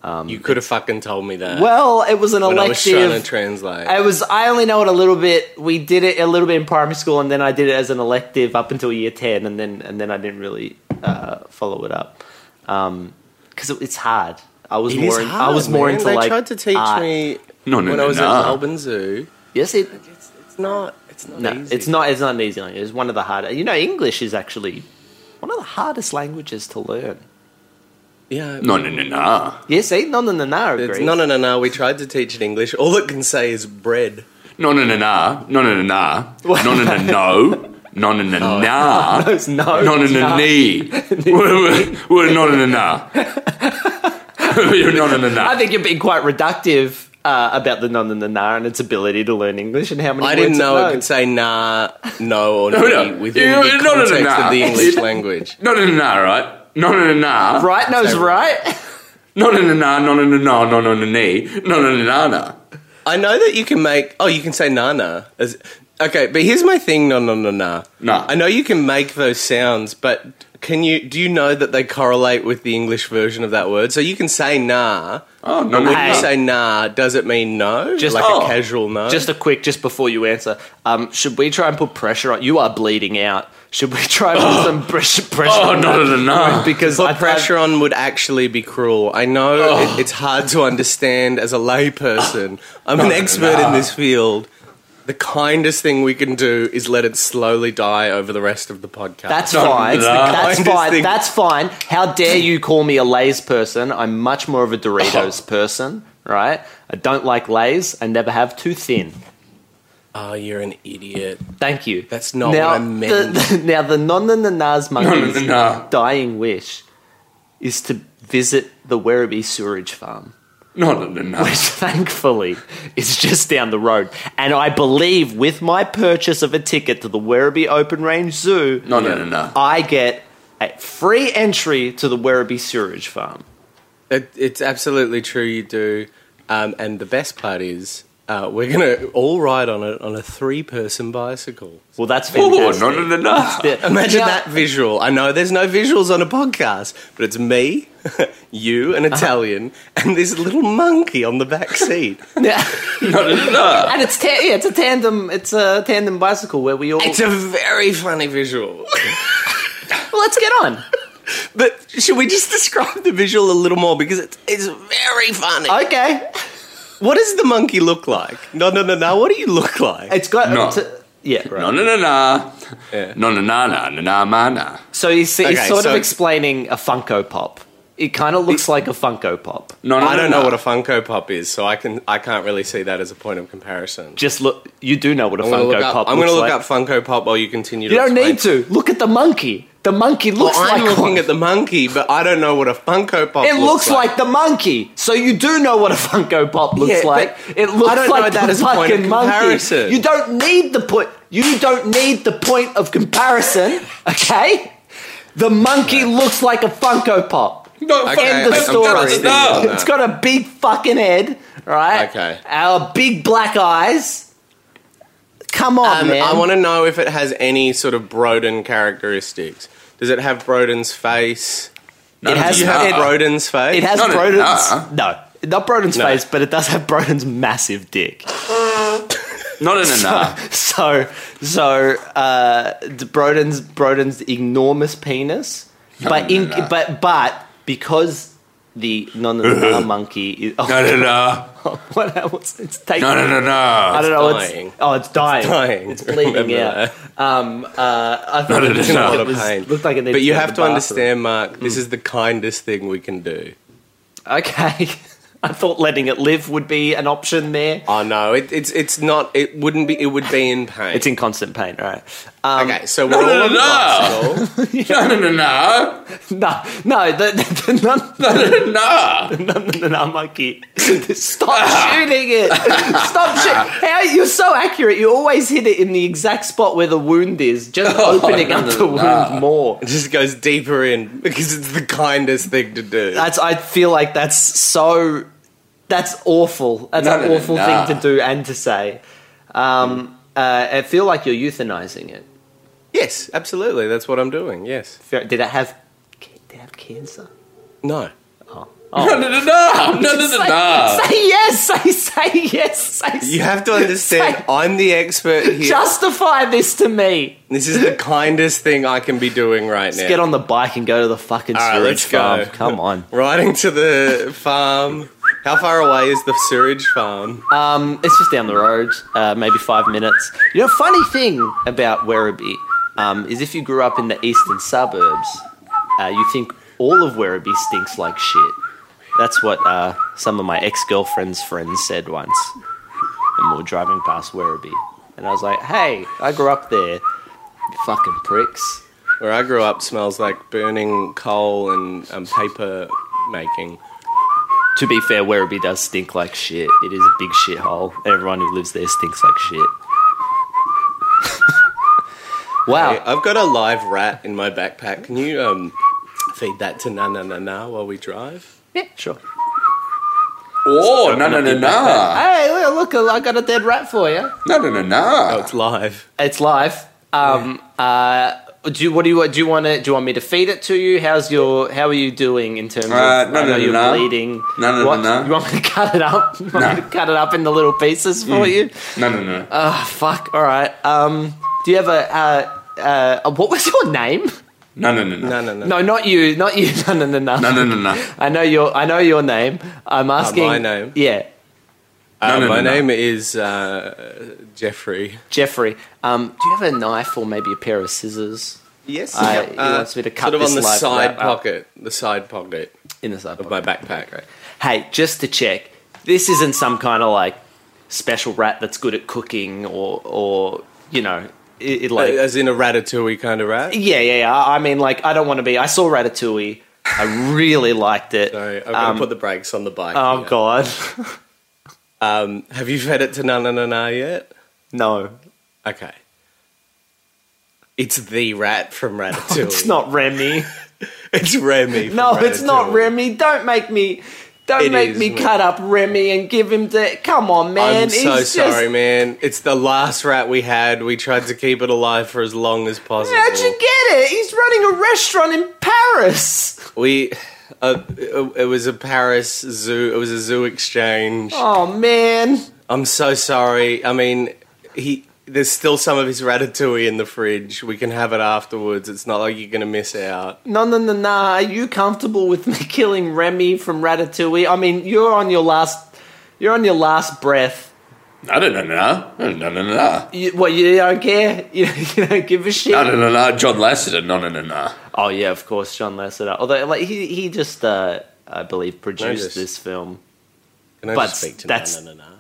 [SPEAKER 4] Uh,
[SPEAKER 3] no.
[SPEAKER 4] You could have fucking told me that.
[SPEAKER 3] Well, it was an
[SPEAKER 4] when I was trying to
[SPEAKER 3] elective.
[SPEAKER 4] translate.
[SPEAKER 3] I was. I only know it a little bit. We did it a little bit in primary school, and then I did it as an elective up until year ten, and then and then I didn't really uh, follow it up because it, it's hard. I was
[SPEAKER 4] It
[SPEAKER 3] more.
[SPEAKER 4] is
[SPEAKER 3] in- I
[SPEAKER 4] hard,
[SPEAKER 3] was more
[SPEAKER 4] man.
[SPEAKER 3] into
[SPEAKER 4] they
[SPEAKER 3] like. uh,
[SPEAKER 4] tried to teach
[SPEAKER 3] art.
[SPEAKER 4] me
[SPEAKER 5] No, no,
[SPEAKER 4] when
[SPEAKER 5] no,
[SPEAKER 4] I was
[SPEAKER 5] no.
[SPEAKER 4] at Melbourne Zoo.
[SPEAKER 3] Yes, it.
[SPEAKER 4] It's, it's not. It's not
[SPEAKER 3] No,
[SPEAKER 4] easy.
[SPEAKER 3] it's not. It's not an easy language. It's one of the harder. You know, English is actually one of the hardest languages to learn.
[SPEAKER 4] Yeah.
[SPEAKER 5] No, no, no, no.
[SPEAKER 3] Yes, see, no, no, no, no.
[SPEAKER 4] It's,
[SPEAKER 3] agree.
[SPEAKER 4] no, no, no, no. We tried to teach it English. All it can say is bread.
[SPEAKER 5] No, no, no, no. No, no, no, no. No, no, no, no. No, no, no, no.
[SPEAKER 3] It's no,
[SPEAKER 5] No, no, no, nee. We're- we're- we're No, no, no, no. We're No, no, no,
[SPEAKER 3] I
[SPEAKER 5] no.
[SPEAKER 3] think you're being quite reductive uh, about the non and the na and its ability to learn English and how many.
[SPEAKER 4] I
[SPEAKER 3] words
[SPEAKER 4] didn't know it
[SPEAKER 3] knows.
[SPEAKER 4] could say nah, no, or
[SPEAKER 5] no.
[SPEAKER 4] nee within
[SPEAKER 5] Yeah,
[SPEAKER 4] the
[SPEAKER 5] no, no, no,
[SPEAKER 4] context
[SPEAKER 5] nah.
[SPEAKER 4] of the English language.
[SPEAKER 5] No, no, no, no, right? No, no, no, no.
[SPEAKER 3] Right knows
[SPEAKER 4] So-
[SPEAKER 3] right.
[SPEAKER 5] No, no, no, no, no, no, no, no, no, no, no, nee. No, no, no, no, no.
[SPEAKER 4] I know that you can make. Oh, you can say nah, nah. As, okay, but here's my thing. No, no, no, nah.
[SPEAKER 5] Nah.
[SPEAKER 4] I know you can make those sounds, but can you? Do you know that they correlate with the English version of that word? So you can say nah.
[SPEAKER 5] Oh, no,
[SPEAKER 4] When
[SPEAKER 5] no,
[SPEAKER 4] you
[SPEAKER 5] no.
[SPEAKER 4] say nah, does it mean no?
[SPEAKER 3] Just-
[SPEAKER 4] like
[SPEAKER 5] Oh.
[SPEAKER 4] a casual no.
[SPEAKER 3] Just a quick, just before you answer, um, should we try and put pressure on? You are bleeding out. Should we try and put some pressure? pressure
[SPEAKER 5] Oh,
[SPEAKER 3] on
[SPEAKER 5] no,
[SPEAKER 3] that?
[SPEAKER 5] no, no, no.
[SPEAKER 3] Because
[SPEAKER 4] Put
[SPEAKER 3] I
[SPEAKER 4] pressure on would actually be cruel. I know it, it's hard to understand as a layperson. I'm an expert in this field. The kindest thing we can do is let it slowly die over the rest of the podcast.
[SPEAKER 3] That's
[SPEAKER 5] No,
[SPEAKER 3] fine.
[SPEAKER 5] no.
[SPEAKER 3] That's
[SPEAKER 4] Kindest
[SPEAKER 3] fine.
[SPEAKER 4] thing.
[SPEAKER 3] That's fine. How dare you call me a Lay's person? I'm much more of a Doritos person, right? I don't like Lay's. I never have. Too thin.
[SPEAKER 4] oh, you're an idiot.
[SPEAKER 3] Thank you.
[SPEAKER 4] That's not what I meant.
[SPEAKER 3] The, now the non-nanas monkey's
[SPEAKER 5] Non-na-na.
[SPEAKER 3] dying wish is to visit the Werribee sewage farm.
[SPEAKER 5] No, no, no, no.
[SPEAKER 3] which thankfully is just down the road. And I believe with my purchase of a ticket to the Werribee Open Range Zoo,
[SPEAKER 5] No, no, no, no.
[SPEAKER 3] I get a free entry to the Werribee Sewerage Farm.
[SPEAKER 4] It, it's absolutely true. You do, um, and the best part is uh, we're gonna all ride on it on a three-person bicycle.
[SPEAKER 3] Well, that's
[SPEAKER 5] Oh,
[SPEAKER 3] fantastic.
[SPEAKER 5] no, no, no, no.
[SPEAKER 3] Yeah.
[SPEAKER 4] Imagine
[SPEAKER 3] Now-
[SPEAKER 4] that visual. I know there's no visuals on a podcast, but it's me, you, an Italian, and this little monkey on the back seat.
[SPEAKER 3] Yeah. and it's ta- yeah, it's a tandem. It's a tandem bicycle where we all.
[SPEAKER 4] it's a very funny visual.
[SPEAKER 3] well, let's get on.
[SPEAKER 4] But should we just describe the visual a little more because it's, it's very funny.
[SPEAKER 3] Okay,
[SPEAKER 4] what does the monkey look like? No, no, no, no. What do you look like?
[SPEAKER 3] it's got
[SPEAKER 5] No.
[SPEAKER 3] it's a- yeah.
[SPEAKER 5] No, no, no, no. No, no, no, no, no, no, ma, no.
[SPEAKER 3] So he's, he's
[SPEAKER 4] Okay,
[SPEAKER 3] sort
[SPEAKER 4] so-
[SPEAKER 3] of explaining a Funko Pop. It kind of looks like a Funko Pop.
[SPEAKER 5] No, no,
[SPEAKER 4] I
[SPEAKER 5] no,
[SPEAKER 4] don't know
[SPEAKER 5] no.
[SPEAKER 4] what a Funko Pop is, so I can I can't really see that as a point of comparison.
[SPEAKER 3] Just look. You do know what a
[SPEAKER 4] I'm gonna
[SPEAKER 3] Funko
[SPEAKER 4] look up,
[SPEAKER 3] Pop.
[SPEAKER 4] I'm gonna
[SPEAKER 3] looks
[SPEAKER 4] look
[SPEAKER 3] like.
[SPEAKER 4] up Funko Pop while you continue.
[SPEAKER 3] You
[SPEAKER 4] to
[SPEAKER 3] don't
[SPEAKER 4] explain.
[SPEAKER 3] need to. Look at the monkey. The monkey
[SPEAKER 4] Well,
[SPEAKER 3] looks like
[SPEAKER 4] I'm looking
[SPEAKER 3] one.
[SPEAKER 4] at the monkey, but I don't know what a Funko Pop.
[SPEAKER 3] it looks like. the monkey. So you do know what a Funko Pop looks
[SPEAKER 4] Yeah, but
[SPEAKER 3] like. It
[SPEAKER 4] I
[SPEAKER 3] looks
[SPEAKER 4] don't
[SPEAKER 3] like
[SPEAKER 4] know
[SPEAKER 3] the
[SPEAKER 4] that as a point of
[SPEAKER 3] fucking monkey.
[SPEAKER 4] comparison.
[SPEAKER 3] You don't need the point. You don't need the point of comparison. Okay. The monkey looks like a Funko Pop.
[SPEAKER 5] No, fuck,
[SPEAKER 4] Okay,
[SPEAKER 3] End of
[SPEAKER 5] I'm
[SPEAKER 3] story.
[SPEAKER 5] just- No.
[SPEAKER 3] It's got a big fucking head, right?
[SPEAKER 4] Okay.
[SPEAKER 3] Our big black eyes. Come on,
[SPEAKER 4] Um,
[SPEAKER 3] man.
[SPEAKER 4] I want to know if it has any sort of Broden characteristics. Does it have Broden's face?
[SPEAKER 5] No,
[SPEAKER 3] It
[SPEAKER 5] no,
[SPEAKER 3] has-
[SPEAKER 4] Do you
[SPEAKER 5] no.
[SPEAKER 4] have
[SPEAKER 3] it-
[SPEAKER 4] Broden's face?
[SPEAKER 3] It has
[SPEAKER 5] No, no,
[SPEAKER 3] Broden's no, not Broden's
[SPEAKER 4] No.
[SPEAKER 3] face, but it does have Broden's massive dick.
[SPEAKER 5] No, no, no, no.
[SPEAKER 3] So, so uh, d- Broden's Broden's enormous penis, but
[SPEAKER 5] no,
[SPEAKER 3] in
[SPEAKER 5] no.
[SPEAKER 3] but but because the non monkey is oh,
[SPEAKER 5] No, no, no.
[SPEAKER 3] what else? It's taking
[SPEAKER 5] No, no, no,
[SPEAKER 3] I
[SPEAKER 5] no.
[SPEAKER 3] don't know.
[SPEAKER 4] dying.
[SPEAKER 3] It's, oh, it's dying.
[SPEAKER 4] dying.
[SPEAKER 3] It's bleeding
[SPEAKER 4] Remember
[SPEAKER 3] out. Um, uh, I thought
[SPEAKER 5] no,
[SPEAKER 3] it,
[SPEAKER 5] no,
[SPEAKER 3] looked like
[SPEAKER 4] A
[SPEAKER 5] no.
[SPEAKER 4] lot
[SPEAKER 3] it
[SPEAKER 4] of
[SPEAKER 3] was,
[SPEAKER 4] pain.
[SPEAKER 3] looked like it needed
[SPEAKER 4] But you
[SPEAKER 3] go
[SPEAKER 4] have
[SPEAKER 3] the
[SPEAKER 4] to
[SPEAKER 3] bathroom. Hmm.
[SPEAKER 4] understand, Mark. This is the kindest thing we can do.
[SPEAKER 3] Okay, I thought letting it live would be an option there.
[SPEAKER 4] Oh no, it, it's it's not. It wouldn't be. It would be in pain.
[SPEAKER 3] It's in constant pain, right? Um,
[SPEAKER 4] okay. So we're all
[SPEAKER 5] no,
[SPEAKER 4] on the
[SPEAKER 5] no.
[SPEAKER 4] bicycle.
[SPEAKER 5] No, no, no, no.
[SPEAKER 3] No, no, the, the, the non,
[SPEAKER 5] No.
[SPEAKER 3] non, non, non monkey. Stop
[SPEAKER 4] Ah.
[SPEAKER 3] shooting it! Stop shooting! How you're so accurate? You always hit it in the exact spot where the wound is, just
[SPEAKER 4] Oh,
[SPEAKER 3] opening up the wound more.
[SPEAKER 4] It just goes deeper in because it's the kindest thing to do.
[SPEAKER 3] That's. I feel like that's so. That's awful. That's
[SPEAKER 5] No,
[SPEAKER 3] an
[SPEAKER 5] no, no,
[SPEAKER 3] awful
[SPEAKER 5] nah.
[SPEAKER 3] thing to do and to say. Um, uh, I feel like you're euthanizing it.
[SPEAKER 4] yes, absolutely. That's what I'm doing. Yes.
[SPEAKER 3] Fair- Did it have? Did it have cancer?
[SPEAKER 4] No.
[SPEAKER 5] No, no, no, no. No, no, no, no.
[SPEAKER 3] Say yes. Say say yes. Say.
[SPEAKER 4] You have to understand.
[SPEAKER 3] Say-
[SPEAKER 4] I'm the expert here.
[SPEAKER 3] Justify this to me.
[SPEAKER 4] This is the kindest thing I can be doing right now.
[SPEAKER 3] Let's get on the bike and go to the fucking
[SPEAKER 4] All right,
[SPEAKER 3] sewage
[SPEAKER 4] let's go.
[SPEAKER 3] farm. Come on.
[SPEAKER 4] Riding to the farm. How far away is the sewage farm?
[SPEAKER 3] Um, it's just down the road, uh, maybe five minutes. You know, funny thing about Werribee um, is if you grew up in the eastern suburbs, uh, you think all of Werribee stinks like shit. That's what uh, some of my ex-girlfriend's friends said once. And we were driving past Werribee. And I was like, hey, I grew up there. You fucking pricks.
[SPEAKER 4] Where I grew up smells like burning coal and um, paper making.
[SPEAKER 3] To be fair, Werribee does stink like shit. It is a big shithole. Everyone who lives there stinks like shit. wow.
[SPEAKER 4] Hey, I've got a live rat in my backpack. Can you um, feed that to Na Na Na Na while we drive?
[SPEAKER 3] Yeah, sure.
[SPEAKER 5] Oh, no, no, no, no.
[SPEAKER 3] Hey, look, look, I got a dead rat for you.
[SPEAKER 5] No, no, no,
[SPEAKER 4] Oh,
[SPEAKER 5] no.
[SPEAKER 4] it's live.
[SPEAKER 3] It's live. Um, uh, do you, what do you do you want to do you want me to feed it to you? How's your how are you doing in terms of
[SPEAKER 5] Uh, no,
[SPEAKER 3] I
[SPEAKER 5] no,
[SPEAKER 3] know
[SPEAKER 5] no,
[SPEAKER 3] you're
[SPEAKER 5] no.
[SPEAKER 3] bleeding.
[SPEAKER 5] No, no, no,
[SPEAKER 3] What?
[SPEAKER 5] no.
[SPEAKER 3] You want me to cut it up? You want
[SPEAKER 5] No.
[SPEAKER 3] me to cut it up into little pieces for you?
[SPEAKER 5] No, no, no.
[SPEAKER 3] Oh, fuck. All right. Um, do you have a uh, uh, uh, what was your name?
[SPEAKER 5] No, no, no, no.
[SPEAKER 4] No, no, no.
[SPEAKER 3] No, not you, not you. No, no, no, no.
[SPEAKER 5] No, no, no, no.
[SPEAKER 3] I know your I know your Uh, name. I'm asking
[SPEAKER 4] my name?
[SPEAKER 3] Yeah.
[SPEAKER 4] Uh,
[SPEAKER 5] no, no,
[SPEAKER 4] my
[SPEAKER 5] no.
[SPEAKER 4] name is uh, Jeffrey.
[SPEAKER 3] Jeffrey, um, do you have a knife or maybe a pair of scissors
[SPEAKER 4] Yes,
[SPEAKER 3] I- he wants me to cut
[SPEAKER 4] sort of
[SPEAKER 3] this
[SPEAKER 4] on the
[SPEAKER 3] live
[SPEAKER 4] side
[SPEAKER 3] wrap up.
[SPEAKER 4] pocket, the side pocket
[SPEAKER 3] in the side
[SPEAKER 4] of
[SPEAKER 3] pocket?
[SPEAKER 4] my backpack. Right?
[SPEAKER 3] hey, just to check, this isn't some kind of like special rat that's good at cooking or, or you know, it, it like.
[SPEAKER 4] As in a ratatouille kind of rat.
[SPEAKER 3] yeah, yeah, yeah. I I mean, like, I don't want to be. I saw Ratatouille. I really liked it.
[SPEAKER 4] Sorry, I'm
[SPEAKER 3] Um,
[SPEAKER 4] gonna put the brakes on the bike.
[SPEAKER 3] Oh,
[SPEAKER 4] here.
[SPEAKER 3] God.
[SPEAKER 4] Um, have you fed it to Na Na Na Na yet?
[SPEAKER 3] no.
[SPEAKER 4] Okay. It's the rat from Ratatouille.
[SPEAKER 3] It's not Remy.
[SPEAKER 4] It's Remy. from
[SPEAKER 3] No, it's not
[SPEAKER 4] Ratatouille.
[SPEAKER 3] Remy. Don't make me. Don't
[SPEAKER 4] It
[SPEAKER 3] make
[SPEAKER 4] is
[SPEAKER 3] me
[SPEAKER 4] Remy.
[SPEAKER 3] cut up Remy and give him to. Come on, man.
[SPEAKER 4] I'm so
[SPEAKER 3] He's just-
[SPEAKER 4] sorry, man. It's the last rat we had. We tried to keep it alive for as long as possible.
[SPEAKER 3] How'd you get it? He's running a restaurant in Paris.
[SPEAKER 4] We, uh, it it was a Paris zoo. It was a zoo exchange.
[SPEAKER 3] Oh man.
[SPEAKER 4] I'm so sorry. I mean, he. There's still some of his ratatouille in the fridge. We can have it afterwards. It's not like you're gonna miss out.
[SPEAKER 3] No, no, no, no. Are you comfortable with me killing Remy from Ratatouille? I mean, you're on your last. You're on your last breath.
[SPEAKER 5] No, no, no, no, no, no, no, no.
[SPEAKER 3] You, what you don't care? You, you don't give a shit.
[SPEAKER 5] No, no, no, no. John Lasseter. No, no, no, no.
[SPEAKER 3] Oh yeah, of course, John Lasseter. Although, like he he just uh, I believe produced
[SPEAKER 4] Notice.
[SPEAKER 3] this film.
[SPEAKER 4] Can I
[SPEAKER 3] But
[SPEAKER 4] just speak to
[SPEAKER 3] that's-
[SPEAKER 4] na na na?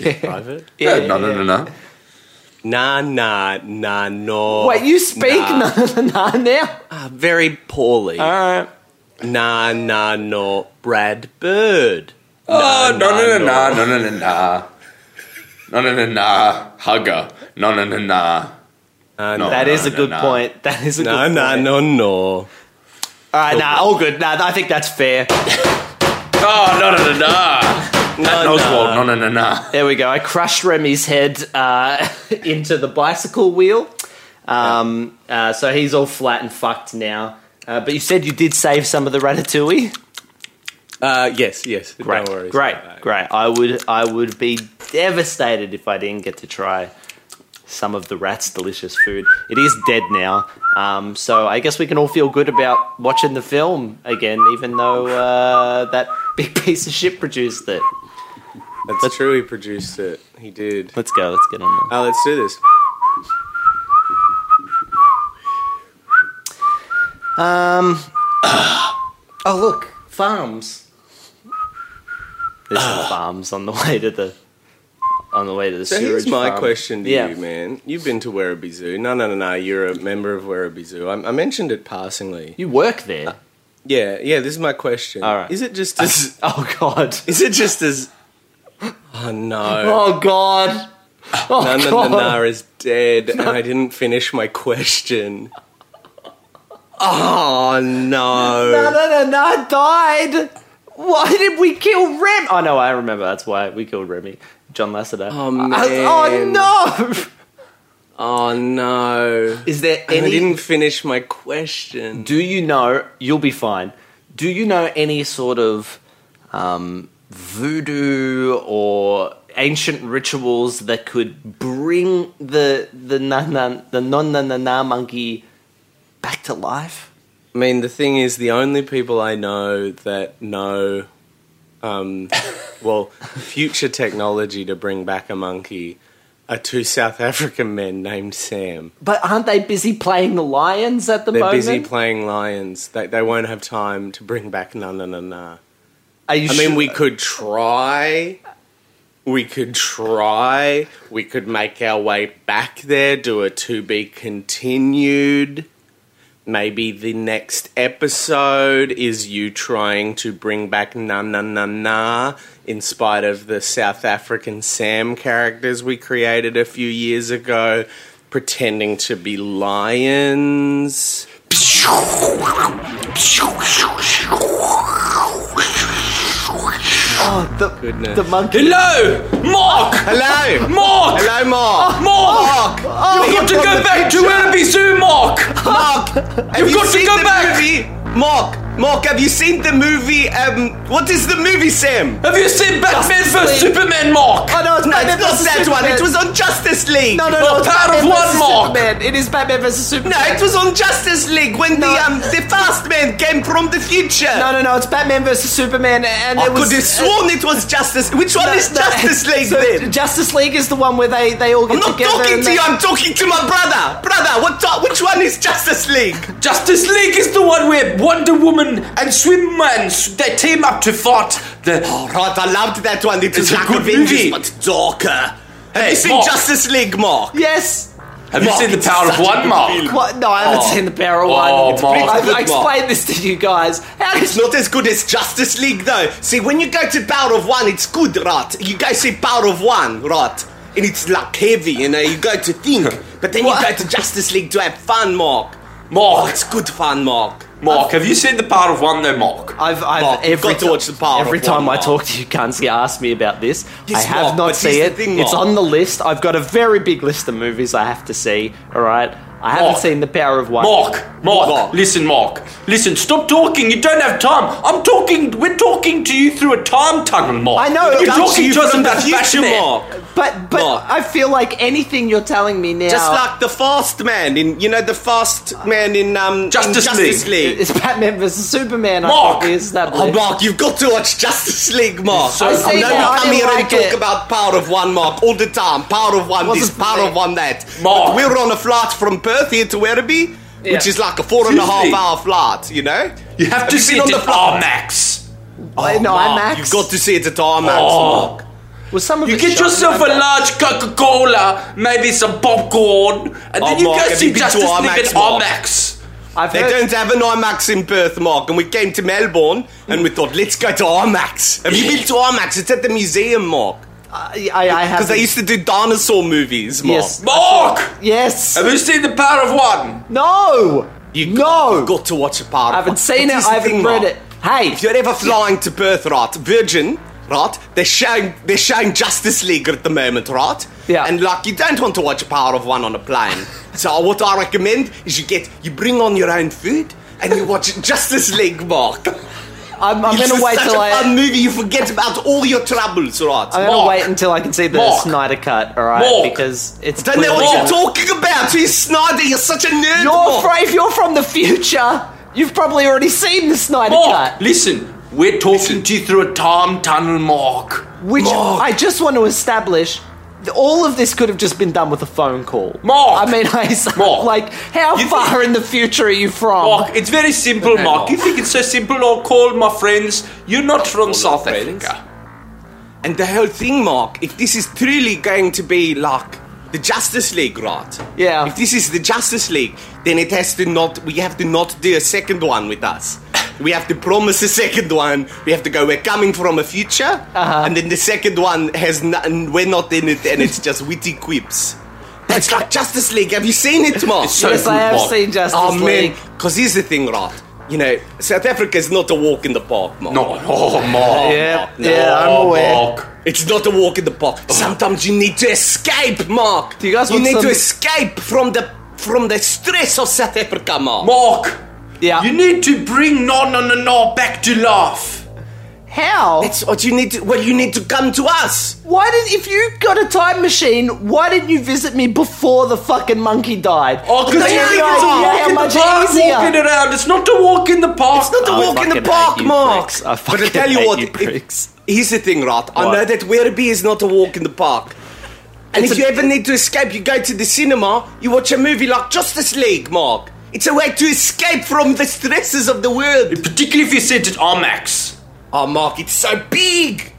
[SPEAKER 3] Yeah.
[SPEAKER 4] Private?
[SPEAKER 5] Yeah, no, no, no, no.
[SPEAKER 4] Na na na no.
[SPEAKER 3] Wait, you speak
[SPEAKER 4] Nah.
[SPEAKER 3] nah. nah, now?
[SPEAKER 4] Ah, very poorly.
[SPEAKER 3] Alright.
[SPEAKER 4] na na no. Brad Bird.
[SPEAKER 5] Oh, no, no, no, no, no, no, no, no. No, no, no, no. Hugger. No, no, no, no.
[SPEAKER 4] Na
[SPEAKER 5] No,
[SPEAKER 3] That
[SPEAKER 5] no,
[SPEAKER 3] is a
[SPEAKER 5] no,
[SPEAKER 3] good
[SPEAKER 5] no.
[SPEAKER 3] point. That is a
[SPEAKER 4] na
[SPEAKER 3] good
[SPEAKER 4] na
[SPEAKER 3] point.
[SPEAKER 4] no no.
[SPEAKER 3] Alright, nah, all good. Nah, I think that's fair.
[SPEAKER 5] Oh, no, no, no, no.
[SPEAKER 4] No,
[SPEAKER 5] Oswald. No, no, no, no.
[SPEAKER 3] There we go. I crushed Remy's head uh, into the bicycle wheel. Um, uh, so he's all flat and fucked now. Uh, but you said you did save some of the ratatouille.
[SPEAKER 4] Uh, yes, yes.
[SPEAKER 3] Great,
[SPEAKER 4] No worries. Uh,
[SPEAKER 3] great,
[SPEAKER 4] about that.
[SPEAKER 3] great. I would, I would be devastated if I didn't get to try some of the rat's delicious food. It is dead now, um, so I guess we can all feel good about watching the film again, even though uh, that big piece of shit produced it.
[SPEAKER 4] That's true. He produced it. He did.
[SPEAKER 3] Let's go. Let's get on. There.
[SPEAKER 4] Uh, let's do this.
[SPEAKER 3] Oh look, farms. There's some farms on the way to the on the way to the
[SPEAKER 4] So
[SPEAKER 3] sewerage
[SPEAKER 4] here's my
[SPEAKER 3] farm.
[SPEAKER 4] question to
[SPEAKER 3] Yeah.
[SPEAKER 4] you, man. You've been to Werribee Zoo. No, no, no, no. You're a member of Werribee Zoo. I, I mentioned it passingly.
[SPEAKER 3] You work there?
[SPEAKER 4] Yeah, yeah. This is my question.
[SPEAKER 3] All right.
[SPEAKER 4] Is it just as?
[SPEAKER 3] Oh god.
[SPEAKER 4] is it just as? Oh no.
[SPEAKER 3] Oh god. Oh,
[SPEAKER 4] No, no,
[SPEAKER 3] god.
[SPEAKER 4] no, no, is dead, and I didn't finish my question. Oh
[SPEAKER 3] No, no,
[SPEAKER 4] no!
[SPEAKER 3] no, no, I died. Why did we kill Remy? Oh, no, I remember. That's why we killed Remy. John Lasseter.
[SPEAKER 4] Oh, man.
[SPEAKER 3] oh, no.
[SPEAKER 4] Oh no!
[SPEAKER 3] Is there
[SPEAKER 4] And I
[SPEAKER 3] any.
[SPEAKER 4] didn't finish my question.
[SPEAKER 3] Do you know. You'll be fine. Do you know any sort of um, voodoo or ancient rituals that could bring the the na na the non na na na monkey back to life?
[SPEAKER 4] I mean, the thing is, the only people I know that know, um, well, future technology to bring back a monkey are two South African men named Sam.
[SPEAKER 3] But aren't they busy playing the lions at the
[SPEAKER 4] They're
[SPEAKER 3] moment?
[SPEAKER 4] busy playing lions. They, they won't have time to bring back na na na na.
[SPEAKER 3] Are you
[SPEAKER 4] I mean, we
[SPEAKER 3] sure?
[SPEAKER 4] could try. We could try. We could make our way back there, do a to be continued. Maybe the next episode is you trying to bring back Na Na Na Na in spite of the South African Sam characters we created a few years ago, pretending to be lions.
[SPEAKER 3] Oh, the,
[SPEAKER 4] Goodness.
[SPEAKER 3] the monkey.
[SPEAKER 5] Hello, Mark.
[SPEAKER 4] Hello!
[SPEAKER 5] Mark.
[SPEAKER 4] Hello, Mark!
[SPEAKER 5] Mark. You've got to go back to Werribee Zoo, Mark.
[SPEAKER 4] Mark! Have
[SPEAKER 5] got to
[SPEAKER 4] seen
[SPEAKER 5] go
[SPEAKER 4] the
[SPEAKER 5] back.
[SPEAKER 4] Movie? Mark! Mark, have you seen the movie? Um, what is the movie, Sam?
[SPEAKER 5] Have you seen Batman vs Superman, Mark?
[SPEAKER 3] Oh, no, it's
[SPEAKER 4] No,
[SPEAKER 3] Batman
[SPEAKER 4] it's not
[SPEAKER 3] versus
[SPEAKER 4] that one.
[SPEAKER 3] Superman.
[SPEAKER 4] It was on Justice League.
[SPEAKER 3] No, no,
[SPEAKER 5] Well,
[SPEAKER 3] no. it's
[SPEAKER 5] power
[SPEAKER 3] Batman
[SPEAKER 5] of one,
[SPEAKER 3] versus
[SPEAKER 5] Mark.
[SPEAKER 3] Superman. It is Batman versus Superman.
[SPEAKER 4] No, it was on Justice League when the um the Fast Man came from the future.
[SPEAKER 3] No, no, no. It's Batman versus Superman, and
[SPEAKER 4] I
[SPEAKER 3] it was. uh,
[SPEAKER 4] could have sworn it was Justice. Which one
[SPEAKER 3] No,
[SPEAKER 4] is
[SPEAKER 3] no,
[SPEAKER 4] Justice League
[SPEAKER 3] so
[SPEAKER 4] then?
[SPEAKER 3] Justice League is the one where they, they all get
[SPEAKER 4] I'm not
[SPEAKER 3] together.
[SPEAKER 4] talking
[SPEAKER 3] and
[SPEAKER 4] to
[SPEAKER 3] they-
[SPEAKER 4] you. I'm talking to my brother. Brother, what? ti- Which one is Justice League?
[SPEAKER 5] Justice League is the one where Wonder Woman and Swim Man s- they team up to fight the.
[SPEAKER 4] Right, I loved that one. It was
[SPEAKER 5] It's a
[SPEAKER 4] like
[SPEAKER 5] good
[SPEAKER 4] Avengers,
[SPEAKER 5] movie.
[SPEAKER 4] but darker. Have
[SPEAKER 5] Hey,
[SPEAKER 4] you seen
[SPEAKER 5] Mark.
[SPEAKER 4] Justice League, Mark?
[SPEAKER 3] Yes.
[SPEAKER 5] Have you seen the Power of One, Mark?
[SPEAKER 3] What? No, I haven't
[SPEAKER 5] Oh.
[SPEAKER 3] seen the Power
[SPEAKER 5] Oh,
[SPEAKER 3] One.
[SPEAKER 5] Mark.
[SPEAKER 3] I've
[SPEAKER 4] Mark.
[SPEAKER 3] explained this to you guys. How did
[SPEAKER 4] It's not as good as Justice League, though. See, when you go to Power of One, it's good, right? You guys say Power of One, right? And it's like heavy, you know. You go to think, but then you
[SPEAKER 3] What?
[SPEAKER 4] go to Justice League to have fun, Mark. Oh,
[SPEAKER 5] Mark,
[SPEAKER 4] it's good fun, Mark.
[SPEAKER 5] Mark, have you seen the Power of One, though, Mark?
[SPEAKER 3] I've, I've
[SPEAKER 4] Mark, you've
[SPEAKER 3] every
[SPEAKER 4] got to
[SPEAKER 3] ti-
[SPEAKER 4] watch the Power
[SPEAKER 3] Every
[SPEAKER 4] of
[SPEAKER 3] time I
[SPEAKER 4] One, Mark.
[SPEAKER 3] talk to you cunts, you ask me about this.
[SPEAKER 4] Yes,
[SPEAKER 3] I have
[SPEAKER 4] Mark,
[SPEAKER 3] not
[SPEAKER 4] but
[SPEAKER 3] seen
[SPEAKER 4] here's
[SPEAKER 3] it.
[SPEAKER 4] the thing,
[SPEAKER 3] it's
[SPEAKER 4] Mark.
[SPEAKER 3] on the list. I've got a very big list of movies I have to see. All right, I haven't
[SPEAKER 5] Mark.
[SPEAKER 3] seen The Power of One.
[SPEAKER 5] Mark, Mark,
[SPEAKER 4] Mark.
[SPEAKER 5] listen, Mark, listen. Stop talking. You don't have time. I'm talking. We're talking to you through a time tunnel, Mark.
[SPEAKER 3] I know,
[SPEAKER 5] You're
[SPEAKER 3] Don't
[SPEAKER 5] talking
[SPEAKER 4] you
[SPEAKER 5] to us
[SPEAKER 4] from the
[SPEAKER 5] about
[SPEAKER 4] future,
[SPEAKER 5] Batman.
[SPEAKER 4] Mark.
[SPEAKER 3] but but
[SPEAKER 4] Mark.
[SPEAKER 3] I feel like anything you're telling me now.
[SPEAKER 4] Just like the Fast Man in, you know, the Fast Man in um
[SPEAKER 5] Justice
[SPEAKER 4] in Justice League.
[SPEAKER 3] it's Batman versus Superman. I
[SPEAKER 5] Mark.
[SPEAKER 3] thought we established.
[SPEAKER 4] Oh, Mark, you've got to watch Justice League, Mark.
[SPEAKER 5] So I
[SPEAKER 4] I'm
[SPEAKER 5] say
[SPEAKER 4] not
[SPEAKER 5] that, I
[SPEAKER 4] come
[SPEAKER 3] didn't
[SPEAKER 4] here
[SPEAKER 3] like
[SPEAKER 4] and talk
[SPEAKER 3] it.
[SPEAKER 4] about power of one, Mark, all the time. Power of one this,
[SPEAKER 3] Wasn't
[SPEAKER 4] power
[SPEAKER 3] fair.
[SPEAKER 4] of one that.
[SPEAKER 5] Mark.
[SPEAKER 4] But we're on a flight from Perth here to Werribee, which
[SPEAKER 3] Yeah.
[SPEAKER 4] is like a four and a half
[SPEAKER 5] Seriously.
[SPEAKER 4] hour flight, you know?
[SPEAKER 5] You have to
[SPEAKER 4] you
[SPEAKER 5] see
[SPEAKER 4] been
[SPEAKER 5] it
[SPEAKER 4] on the
[SPEAKER 5] at
[SPEAKER 4] flight?
[SPEAKER 5] IMAX.
[SPEAKER 3] Oh, no, IMAX.
[SPEAKER 4] You've got to see it at IMAX, Mark.
[SPEAKER 5] Oh,
[SPEAKER 3] Well, some of
[SPEAKER 5] you
[SPEAKER 3] it's
[SPEAKER 5] get
[SPEAKER 3] shot
[SPEAKER 5] yourself
[SPEAKER 3] like
[SPEAKER 5] a
[SPEAKER 3] that.
[SPEAKER 5] large Coca-Cola, maybe some popcorn, and
[SPEAKER 4] Oh,
[SPEAKER 5] then you
[SPEAKER 4] Mark,
[SPEAKER 5] go
[SPEAKER 4] have
[SPEAKER 5] see
[SPEAKER 4] you been to
[SPEAKER 5] Justice League
[SPEAKER 4] IMAX,
[SPEAKER 5] at
[SPEAKER 4] Mark?
[SPEAKER 5] IMAX.
[SPEAKER 3] I've
[SPEAKER 4] They
[SPEAKER 3] heard-
[SPEAKER 4] don't have an IMAX in Perth, Mark, and we came to Melbourne and we thought, let's go to IMAX. Have you been to IMAX? It's at the museum, Mark.
[SPEAKER 3] I, I, I have.
[SPEAKER 4] Because they used to do dinosaur movies, Mark.
[SPEAKER 3] Yes.
[SPEAKER 5] Mark,
[SPEAKER 3] Yes.
[SPEAKER 5] have you seen the Power of One?
[SPEAKER 3] No. You no.
[SPEAKER 4] You've got to watch a part.
[SPEAKER 3] I haven't seen it. I haven't read it. Hey,
[SPEAKER 4] If you're ever flying to Perth, right, Virgin, right, they're showing, they're showing Justice League at the moment, right?
[SPEAKER 3] Yeah.
[SPEAKER 4] And like, you don't want to watch Power of One on a plane. so what I recommend is you get, you bring on your own food and you watch Justice League, Mark.
[SPEAKER 3] I'm, I'm
[SPEAKER 4] It's
[SPEAKER 3] gonna wait
[SPEAKER 4] such
[SPEAKER 3] till
[SPEAKER 4] a
[SPEAKER 3] I.
[SPEAKER 4] fun movie. You forget about all your troubles, right?
[SPEAKER 3] I'm gonna
[SPEAKER 5] Mark.
[SPEAKER 3] wait until I can see the
[SPEAKER 5] Mark.
[SPEAKER 3] Snyder cut, all right?
[SPEAKER 5] Mark.
[SPEAKER 3] Because it's
[SPEAKER 4] don't know what
[SPEAKER 5] Mark.
[SPEAKER 4] you're talking about. Who's Snyder? You're such a nerd.
[SPEAKER 3] You're
[SPEAKER 4] Mark.
[SPEAKER 3] fra- if you're from the future. You've probably already seen the Snyder
[SPEAKER 5] Mark,
[SPEAKER 3] cut,
[SPEAKER 5] listen. We're talking to you through a time tunnel, Mark.
[SPEAKER 3] which I just want to establish. th- All of this could have just been done with a phone call.
[SPEAKER 5] Mark.
[SPEAKER 3] I mean, I s-
[SPEAKER 5] Mark.
[SPEAKER 3] like, how
[SPEAKER 5] You
[SPEAKER 3] far
[SPEAKER 5] think-
[SPEAKER 3] in the future are you from?
[SPEAKER 5] Mark, it's very simple, Mark. You think it's so simple? I'll call my friends. You're not from South
[SPEAKER 4] friends.
[SPEAKER 5] Africa.
[SPEAKER 4] And the whole thing, Mark, if this is truly going to be like the Justice League, right?
[SPEAKER 3] Yeah.
[SPEAKER 4] If this is the Justice League, then it has to not. We have to not do a second one with us. We have to promise a second one. We have to go. We're coming from a future, uh-huh. and then the second one has. No, and we're not in it, and it's just witty quips. That's like Justice League. Have you seen it, Mark?
[SPEAKER 5] It's so
[SPEAKER 3] yes, I
[SPEAKER 5] good,
[SPEAKER 3] have
[SPEAKER 5] Mark.
[SPEAKER 3] seen Justice
[SPEAKER 4] oh
[SPEAKER 3] League.
[SPEAKER 4] man, because here's the thing, right? You know, South Africa is not a walk in the park, Mark.
[SPEAKER 5] No, oh, Mark.
[SPEAKER 3] Yeah,
[SPEAKER 5] No,
[SPEAKER 3] yeah, I'm aware.
[SPEAKER 5] Mark.
[SPEAKER 4] It's not a walk in the park. Sometimes you need to escape, Mark.
[SPEAKER 3] Oh. Do you guys want
[SPEAKER 4] need
[SPEAKER 3] some-
[SPEAKER 4] to escape from the from the stress of South Africa, Mark.
[SPEAKER 5] Mark.
[SPEAKER 3] Yeah.
[SPEAKER 5] You need to bring no, no, no, no back to life.
[SPEAKER 3] How?
[SPEAKER 4] That's what you need. To, well, you need to come to us.
[SPEAKER 3] Why did if you got a time machine, why didn't you visit me before the fucking monkey died?
[SPEAKER 5] Oh, because
[SPEAKER 3] Don't
[SPEAKER 5] you
[SPEAKER 3] you
[SPEAKER 5] think
[SPEAKER 3] know
[SPEAKER 5] it's a
[SPEAKER 3] how
[SPEAKER 5] walk in
[SPEAKER 3] much
[SPEAKER 5] the park,
[SPEAKER 3] easier?
[SPEAKER 5] walking around. It's not a walk in the park.
[SPEAKER 4] It's not a
[SPEAKER 3] I
[SPEAKER 4] walk in the
[SPEAKER 3] fucking
[SPEAKER 4] park,
[SPEAKER 3] hate you
[SPEAKER 4] Mark.
[SPEAKER 3] pricks. I
[SPEAKER 4] but I
[SPEAKER 3] fucking
[SPEAKER 4] tell you
[SPEAKER 3] hate
[SPEAKER 4] what,
[SPEAKER 3] you
[SPEAKER 4] it-
[SPEAKER 3] pricks.
[SPEAKER 4] here's the thing, right? I
[SPEAKER 3] What?
[SPEAKER 4] know that Werribee is not a walk in the park. And
[SPEAKER 3] It's
[SPEAKER 4] if
[SPEAKER 3] a-
[SPEAKER 4] you ever need to escape, you go to the cinema. You watch a movie like Justice League, Mark. It's a way to escape from the stresses of the world.
[SPEAKER 5] Particularly if you sit at IMAX.
[SPEAKER 4] Oh, Mark, it's so big!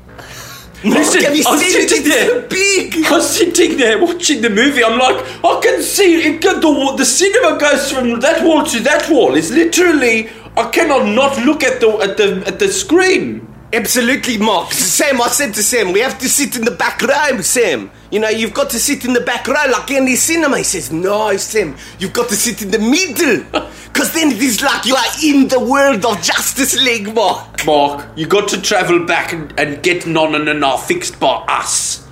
[SPEAKER 4] Mark,
[SPEAKER 5] Listen,
[SPEAKER 4] have you
[SPEAKER 5] I was
[SPEAKER 4] seen it?
[SPEAKER 5] sitting
[SPEAKER 4] It's so
[SPEAKER 5] there.
[SPEAKER 4] big!
[SPEAKER 5] I was sitting there watching the movie. I'm like, I can see it. go- The, wa- the cinema goes from that wall to that wall. It's literally, I cannot not look at the at the at the screen.
[SPEAKER 4] Absolutely, Mark. Sam, I said to Sam, we have to sit in the back row, Sam. You know, you've got to sit in the back row like any cinema. He says, no, Sam, you've got to sit in the middle. Because then it is like you are in the world of Justice League, Mark.
[SPEAKER 5] Mark, you got to travel back and, and get non and fixed by us.